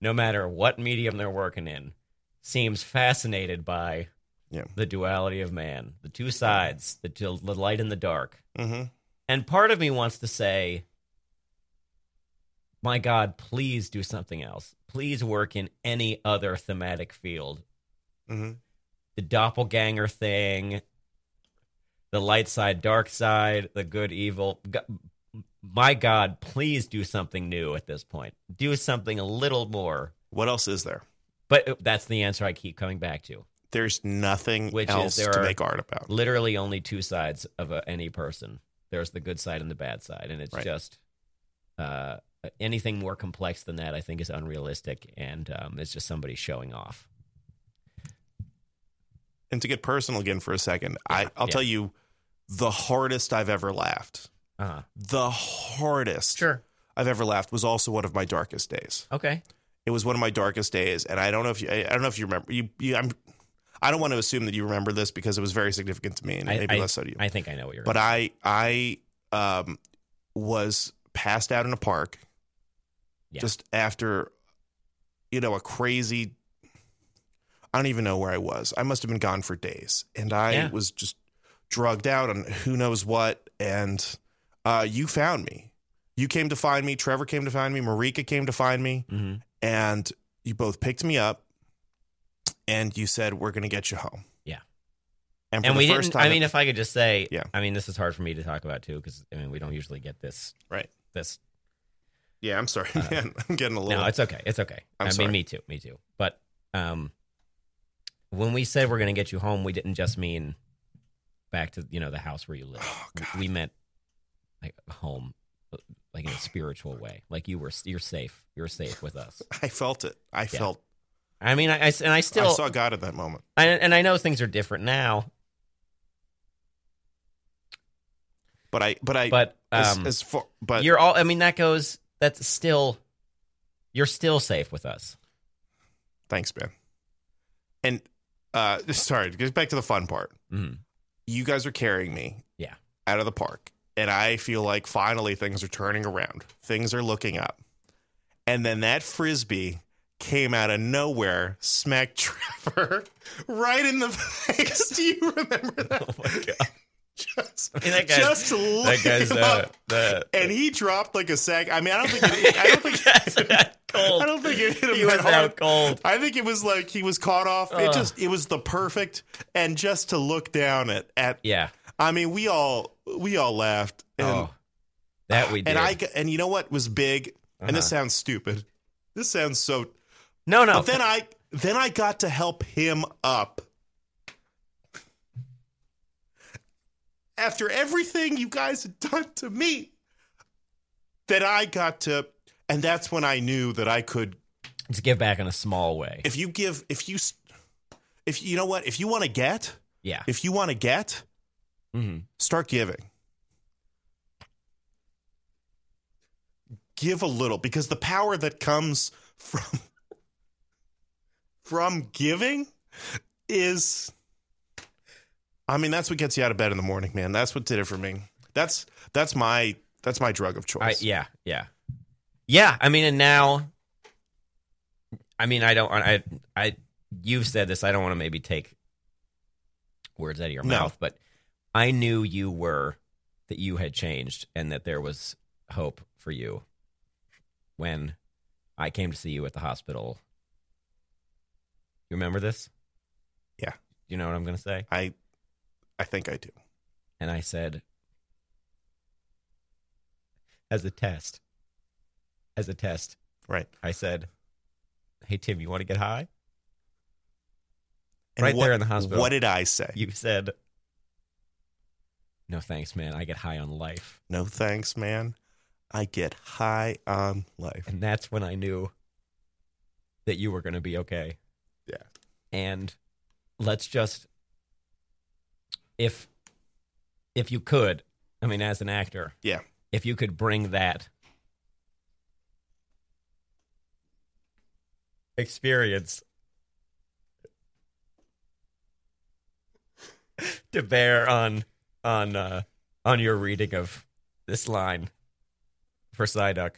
[SPEAKER 1] No matter what medium they're working in, seems fascinated by
[SPEAKER 12] Yeah.
[SPEAKER 1] the duality of man, the two sides, the, the light and the dark.
[SPEAKER 12] Mm-hmm.
[SPEAKER 1] And part of me wants to say, my God, please do something else. Please work in any other thematic field.
[SPEAKER 12] Mm-hmm.
[SPEAKER 1] The doppelganger thing, the light side, dark side, the good, evil. G- My God, please do something new at this point. Do something a little more.
[SPEAKER 12] What else is there?
[SPEAKER 1] But uh, that's the answer I keep coming back to.
[SPEAKER 12] There's nothing
[SPEAKER 1] Which is
[SPEAKER 12] else
[SPEAKER 1] there
[SPEAKER 12] to
[SPEAKER 1] are
[SPEAKER 12] make art about.
[SPEAKER 1] literally only two sides of a, any person. There's the good side and the bad side, and it's
[SPEAKER 12] Right.
[SPEAKER 1] just uh, anything more complex than that. I think is unrealistic, and um, it's just somebody showing off.
[SPEAKER 12] And to get personal again for a second, I, I'll
[SPEAKER 1] yeah.
[SPEAKER 12] tell you the hardest I've ever laughed.
[SPEAKER 1] Uh-huh.
[SPEAKER 12] The hardest
[SPEAKER 1] Sure.
[SPEAKER 12] I've ever laughed was also one of my darkest days.
[SPEAKER 1] Okay.
[SPEAKER 12] It was one of my darkest days, and I don't know if you, I I don't know if you remember. You, you I'm, I don't want to assume that you remember this because it was very significant to me, and
[SPEAKER 1] I-
[SPEAKER 12] maybe
[SPEAKER 1] I-
[SPEAKER 12] less so to you.
[SPEAKER 1] I think I know what you're.
[SPEAKER 12] but I, I, um, was passed out in a park,
[SPEAKER 1] Yeah.
[SPEAKER 12] just after, you know, a crazy. I don't even know where I was. I must have been gone for days, and I
[SPEAKER 1] Yeah.
[SPEAKER 12] was just drugged out on who knows what. And uh, you found me. You came to find me. Trevor came to find me. Marika came to find me,
[SPEAKER 1] Mhm.
[SPEAKER 12] and you both picked me up. And you said we're going to get you home.
[SPEAKER 1] Yeah.
[SPEAKER 12] And for
[SPEAKER 1] and
[SPEAKER 12] the
[SPEAKER 1] we
[SPEAKER 12] 1st
[SPEAKER 1] didn't.
[SPEAKER 12] time,
[SPEAKER 1] I mean, if I could just say,
[SPEAKER 12] Yeah.
[SPEAKER 1] I mean, this is hard for me to talk about too because I mean we don't usually get this
[SPEAKER 12] right.
[SPEAKER 1] this
[SPEAKER 12] Yeah, I'm sorry, man. I'm getting a little.
[SPEAKER 1] Uh, No, it's okay. It's okay.
[SPEAKER 12] I'm
[SPEAKER 1] I
[SPEAKER 12] sorry.
[SPEAKER 1] mean, me too. Me too. But um, when we said we're going to get you home, we didn't just mean back to you know the house where you live.
[SPEAKER 12] Oh,
[SPEAKER 1] we meant like home, like in a spiritual way. Like you were, you're safe. You're safe with us.
[SPEAKER 12] I felt it. I felt.
[SPEAKER 1] I mean, I, I s- and I still
[SPEAKER 12] I saw God at that moment.
[SPEAKER 1] I, and I know things are different now.
[SPEAKER 12] But I. But I.
[SPEAKER 1] But,
[SPEAKER 12] as,
[SPEAKER 1] um,
[SPEAKER 12] as far. But
[SPEAKER 1] you're all. I mean, that goes. That's still. You're still safe with us.
[SPEAKER 12] thanks, man. And uh, sorry, it goes back to the fun part.
[SPEAKER 1] Mhm.
[SPEAKER 12] You guys are carrying me
[SPEAKER 1] Yeah.
[SPEAKER 12] out of the park, and I feel like finally things are turning around. Things are looking up, and then that frisbee came out of nowhere, smacked Trevor right in the face. Do you remember that? Oh my god. Just,
[SPEAKER 1] mean, that guy's- uh,
[SPEAKER 12] just lit him up. and he dropped like a sack. I mean, I don't think it, I don't think
[SPEAKER 1] cold.
[SPEAKER 12] I don't think it hit him
[SPEAKER 1] He
[SPEAKER 12] that
[SPEAKER 1] was
[SPEAKER 12] hard.
[SPEAKER 1] out cold.
[SPEAKER 12] I think it was like he was caught off. It
[SPEAKER 1] Ugh.
[SPEAKER 12] just it was the perfect and just to look down at at.
[SPEAKER 1] Yeah.
[SPEAKER 12] I mean, we all we all laughed. And,
[SPEAKER 1] oh, that we did.
[SPEAKER 12] And I g- and you know what was big. And this
[SPEAKER 1] Uh-huh.
[SPEAKER 12] sounds stupid. This sounds so.
[SPEAKER 1] no, no.
[SPEAKER 12] But then I then I got to help him up. After everything you guys had done to me, that I got to, and that's when I knew that I could
[SPEAKER 1] to give back in a small way.
[SPEAKER 12] if you give if you s- if you know what if you want to get
[SPEAKER 1] Yeah.
[SPEAKER 12] if you want to get
[SPEAKER 1] Mm-hmm.
[SPEAKER 12] start giving give a little because the power that comes from from giving is i mean that's what gets you out of bed in the morning man that's what did it for me that's that's my that's my drug of
[SPEAKER 1] I,
[SPEAKER 12] choice
[SPEAKER 1] yeah, yeah, yeah. I mean, and now, I mean, I don't. I, I, you've said this. I don't want to maybe take words out of your
[SPEAKER 12] No.
[SPEAKER 1] mouth, but I knew you were that you had changed and that there was hope for you when I came to see you at the hospital. You remember this?
[SPEAKER 12] Yeah.
[SPEAKER 1] You know what I'm going to say?
[SPEAKER 12] i i think i do
[SPEAKER 1] and I said, as a test, as a test,
[SPEAKER 12] right
[SPEAKER 1] I said, "Hey Tim, you want to get high?"
[SPEAKER 12] And
[SPEAKER 1] Right
[SPEAKER 12] what-
[SPEAKER 1] there in the hospital.
[SPEAKER 12] what did i say
[SPEAKER 1] You said, "No thanks, man. I get high on life,"
[SPEAKER 12] no thanks man i get high on life
[SPEAKER 1] and that's when I knew that you were going to be okay.
[SPEAKER 12] Yeah.
[SPEAKER 1] And let's just, if if you could, I mean, as an actor,
[SPEAKER 12] yeah
[SPEAKER 1] if you could bring that experience to bear on on uh, on your reading of this line for Psyduck,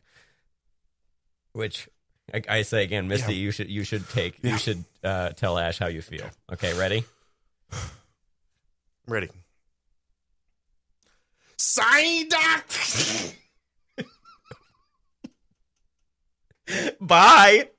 [SPEAKER 1] which I, I say again, Misty,
[SPEAKER 12] Yeah.
[SPEAKER 1] you should you should take
[SPEAKER 12] Yeah.
[SPEAKER 1] you should uh, tell Ash how you feel. Okay, ready?
[SPEAKER 12] Ready. Psyduck!
[SPEAKER 1] Bye.